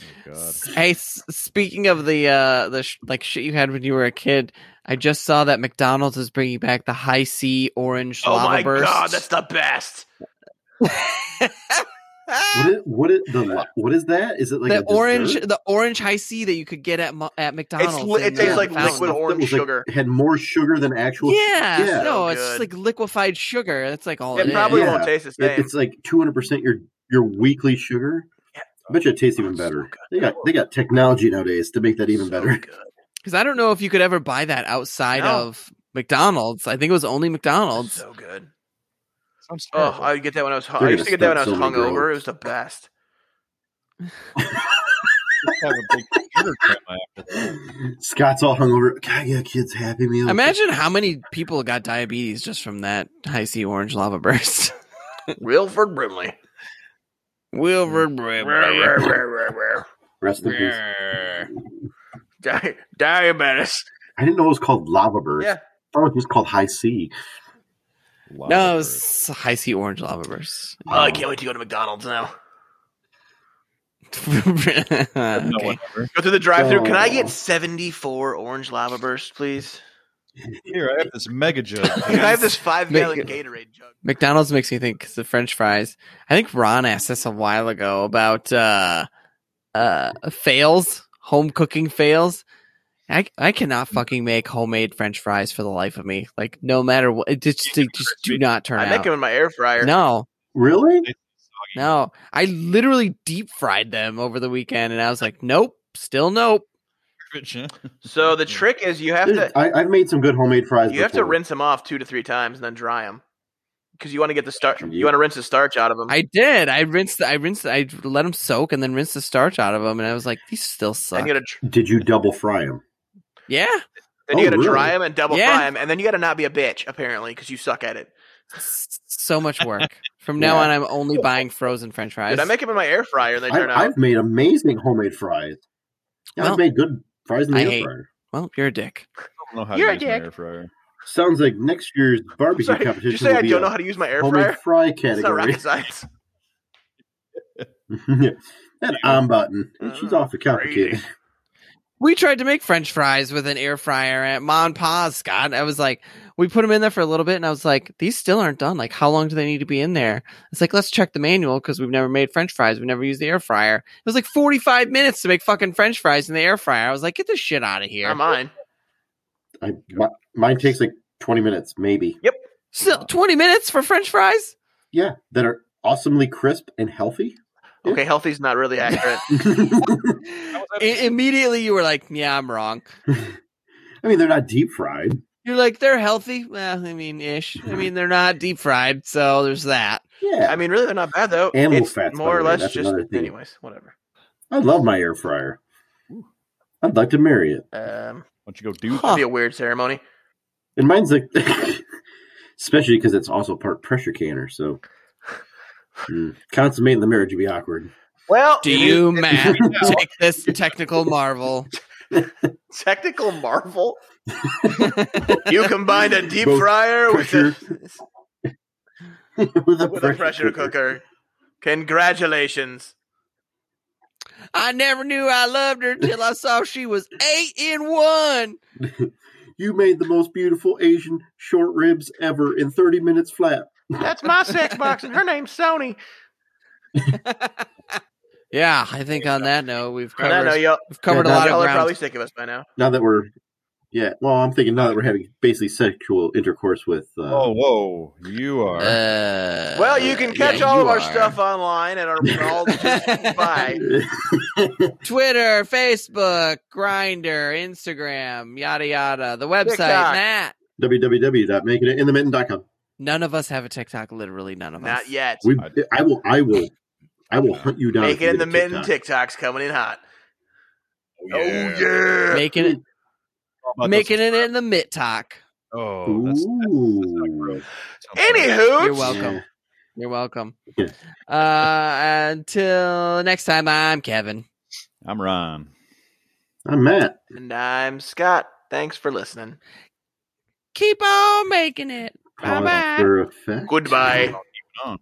Speaker 2: Oh, God.
Speaker 3: Hey, s- speaking of the uh the sh- like shit you had when you were a kid, I just saw that McDonald's is bringing back the high C orange
Speaker 1: Oh
Speaker 3: lava
Speaker 1: my
Speaker 3: burst.
Speaker 1: god, that's the best.
Speaker 4: What is, what is the what is that? Is it like
Speaker 3: the
Speaker 4: a
Speaker 3: orange
Speaker 4: dessert?
Speaker 3: the orange high C that you could get at Mo- at McDonald's.
Speaker 1: li- it
Speaker 3: in,
Speaker 1: tastes
Speaker 3: uh,
Speaker 1: like
Speaker 3: Fountain.
Speaker 1: liquid orange
Speaker 4: That was, like,
Speaker 1: sugar.
Speaker 4: had more sugar than actual.
Speaker 3: Yeah,
Speaker 4: Yeah.
Speaker 3: no,
Speaker 1: So
Speaker 3: it's just
Speaker 1: Oh, good.
Speaker 3: like liquefied sugar. That's like all
Speaker 1: It
Speaker 3: it
Speaker 1: probably
Speaker 3: is.
Speaker 4: Yeah.
Speaker 1: won't taste the
Speaker 4: It-
Speaker 1: same.
Speaker 4: it's like two hundred percent your your weekly sugar.
Speaker 1: Yeah.
Speaker 4: I bet you it tastes even
Speaker 1: So
Speaker 4: better.
Speaker 1: good.
Speaker 4: They got they got technology nowadays to make that even
Speaker 1: So
Speaker 4: better.
Speaker 1: good.
Speaker 3: Because I don't know if you could ever buy that outside
Speaker 1: No.
Speaker 3: of McDonald's. I think it was only McDonald's.
Speaker 1: So good.
Speaker 2: Sounds
Speaker 1: Oh,
Speaker 2: terrible.
Speaker 1: I would get that when I was. Hung-
Speaker 4: They're
Speaker 1: I used to
Speaker 4: gonna
Speaker 1: get that when I was
Speaker 4: stunt so many
Speaker 1: hungover.
Speaker 4: girls.
Speaker 1: It was the best.
Speaker 2: have a big sugar coma after that.
Speaker 4: Scott's all hungover. God, yeah, kids, happy meal.
Speaker 3: Imagine how many people got diabetes just from that high C orange lava burst.
Speaker 1: Wilford Brimley.
Speaker 3: Wilbur
Speaker 1: Rare, rare, rare, rare.
Speaker 4: Rest in peace.
Speaker 1: Di- diabetes.
Speaker 4: I didn't know it was called lava burst.
Speaker 1: Yeah.
Speaker 4: I thought it was called high C.
Speaker 2: Lava
Speaker 3: No, it
Speaker 2: bird.
Speaker 3: was high C orange lava burst.
Speaker 1: Oh, I
Speaker 4: Um,
Speaker 1: can't wait to go to McDonald's now.
Speaker 2: No
Speaker 3: okay.
Speaker 2: one ever.
Speaker 1: Go through the drive-through. Can I
Speaker 4: Oh.
Speaker 1: get seventy-four orange lava bursts, please?
Speaker 2: Here, I have this mega jug.
Speaker 1: Can I have this five-gallon
Speaker 3: Make-
Speaker 1: Gatorade jug?
Speaker 3: McDonald's makes me think 'cause the French fries. I think Ron asked us a while ago about uh, uh, fails, home cooking fails. I I
Speaker 1: Hmm.
Speaker 3: cannot fucking make homemade French fries for the life of me. Like no matter what, it just they just do not turn
Speaker 1: I make
Speaker 3: out.
Speaker 1: them in my air fryer.
Speaker 3: no,
Speaker 4: Really?
Speaker 3: no, I literally deep fried them over the weekend, and I was like, nope, still nope.
Speaker 1: So the trick is you have to
Speaker 4: I, I've made some good homemade fries.
Speaker 1: you have to
Speaker 4: before.
Speaker 1: rinse them off two to three times and then dry them because you want to get the starch.
Speaker 4: Yep.
Speaker 1: You want to rinse the starch out of them.
Speaker 3: I did. I rinsed. I rinsed. I let them soak and then rinsed the starch out of them, and I was like, these still
Speaker 1: Then
Speaker 3: suck.
Speaker 1: you got to
Speaker 4: Did you double fry them?
Speaker 3: yeah,
Speaker 1: then
Speaker 4: Oh,
Speaker 1: you got to
Speaker 4: really?
Speaker 1: dry them and double fry 'em
Speaker 3: Yeah.
Speaker 1: fry them, and then you got to not be a bitch apparently because you suck at it.
Speaker 3: S- so much work. From now
Speaker 4: Yeah.
Speaker 3: on, I'm only buying frozen French fries.
Speaker 1: Did I make them in my air fryer and they turn
Speaker 4: I,
Speaker 1: out?
Speaker 4: I've made amazing homemade fries. Yeah,
Speaker 3: Well,
Speaker 4: I've made good fries in the
Speaker 3: I
Speaker 4: air
Speaker 3: hate-
Speaker 4: fryer.
Speaker 3: well, you're a dick.
Speaker 2: I don't know how
Speaker 1: You're
Speaker 2: to
Speaker 1: a
Speaker 2: use my
Speaker 1: dick.
Speaker 2: air fryer.
Speaker 4: Sounds like next year's barbecue
Speaker 1: Sorry, did
Speaker 4: competition
Speaker 1: you say
Speaker 4: will
Speaker 1: I
Speaker 4: be
Speaker 1: don't know
Speaker 4: a
Speaker 1: how to use my air fryer?
Speaker 4: homemade fry
Speaker 1: It's not
Speaker 4: category.
Speaker 1: rocket science.
Speaker 4: that on button.
Speaker 1: Mm-hmm.
Speaker 4: She's awful complicated.
Speaker 3: We tried to make French fries with an air fryer at Ma and Pa's, Scott. I was like, we put them in there for a little bit, and I was like, these still aren't done. Like, how long do they need to be in there? It's like, let's check the manual because we've never made French fries. We've never used the air fryer. It was like 45 minutes to make fucking French fries in the air fryer. I was like, get this shit out of here.
Speaker 1: Not mine.
Speaker 4: I, my, mine takes like 20 minutes, maybe.
Speaker 3: Still 20 minutes for French fries?
Speaker 4: Yeah, that are awesomely crisp and healthy.
Speaker 1: Okay, healthy's not really accurate.
Speaker 2: that-
Speaker 3: I- immediately, you were like, yeah, I'm wrong.
Speaker 4: I mean, they're not deep fried.
Speaker 3: You're like, they're healthy. Well, I mean, ish. I mean, they're not deep fried, so there's that.
Speaker 4: Yeah,
Speaker 1: I mean, really, they're not bad though.
Speaker 4: Animal
Speaker 1: it's
Speaker 4: fats, by
Speaker 1: more
Speaker 4: the
Speaker 1: or
Speaker 4: way,
Speaker 1: less
Speaker 4: that's
Speaker 1: just,
Speaker 4: another thing.
Speaker 1: anyways, whatever.
Speaker 4: I love my air fryer. I'd like to marry it.
Speaker 1: Um,
Speaker 2: Why don't you go do
Speaker 3: Huh.
Speaker 1: it'd be a weird ceremony.
Speaker 4: And mine's like, especially because it's also part pressure canner. So, mm, consummating the marriage would be awkward.
Speaker 1: Well,
Speaker 3: Do
Speaker 1: it
Speaker 3: you,
Speaker 1: is-
Speaker 3: Matt, take this technical marvel?
Speaker 1: technical marvel? you combined a deep fryer with a,
Speaker 4: with
Speaker 1: with a pressure cooker. Congratulations.
Speaker 3: I never knew I loved her till I saw she was eight in one.
Speaker 4: You made the most beautiful Asian short ribs ever in 30 minutes flat.
Speaker 1: That's my sex box, and her name's Sony.
Speaker 3: Yeah, I think on that note, we've
Speaker 1: And I know
Speaker 3: covered,
Speaker 1: y'all,
Speaker 3: we've covered a
Speaker 4: Yeah,
Speaker 3: lot of
Speaker 1: y'all are probably
Speaker 3: ground.
Speaker 1: sick of us by now.
Speaker 4: Now that we're, yeah, well, I'm thinking now that we're having basically sexual intercourse with. Uh,
Speaker 2: Oh, whoa. You are.
Speaker 3: Uh,
Speaker 1: Well, you can catch
Speaker 3: yeah,
Speaker 1: all
Speaker 3: you
Speaker 1: of our
Speaker 3: are.
Speaker 1: stuff online at our all just by
Speaker 3: Twitter, Facebook, Grinder, Instagram, yada yada. The website,
Speaker 1: TikTok.
Speaker 3: Matt.
Speaker 4: www.makingitinthemitten.com.
Speaker 3: None of us have a TikTok. Literally, none of us.
Speaker 1: not yet.
Speaker 4: We, I will, I will, I will hunt you down.
Speaker 1: Make
Speaker 4: if you
Speaker 1: it in the
Speaker 4: get a
Speaker 1: mitten.
Speaker 4: TikTok.
Speaker 1: TikTok's coming in hot.
Speaker 2: Oh,
Speaker 1: Oh yeah.
Speaker 3: Making it,
Speaker 2: How about
Speaker 3: making
Speaker 2: this-
Speaker 3: it in the mid talk.
Speaker 2: Oh, that's, that's, that's not
Speaker 4: Ooh.
Speaker 2: gross. Sounds
Speaker 1: Anywho,
Speaker 3: You're welcome.
Speaker 4: Yeah.
Speaker 3: You're welcome.
Speaker 4: Yeah.
Speaker 3: Uh, until next time, I'm Kevin.
Speaker 2: I'm Ron.
Speaker 4: I'm Matt.
Speaker 1: And I'm Scott. Thanks for listening.
Speaker 3: Keep on making it. Bye-bye.
Speaker 4: Cause for effect.
Speaker 1: Goodbye.
Speaker 2: Oh.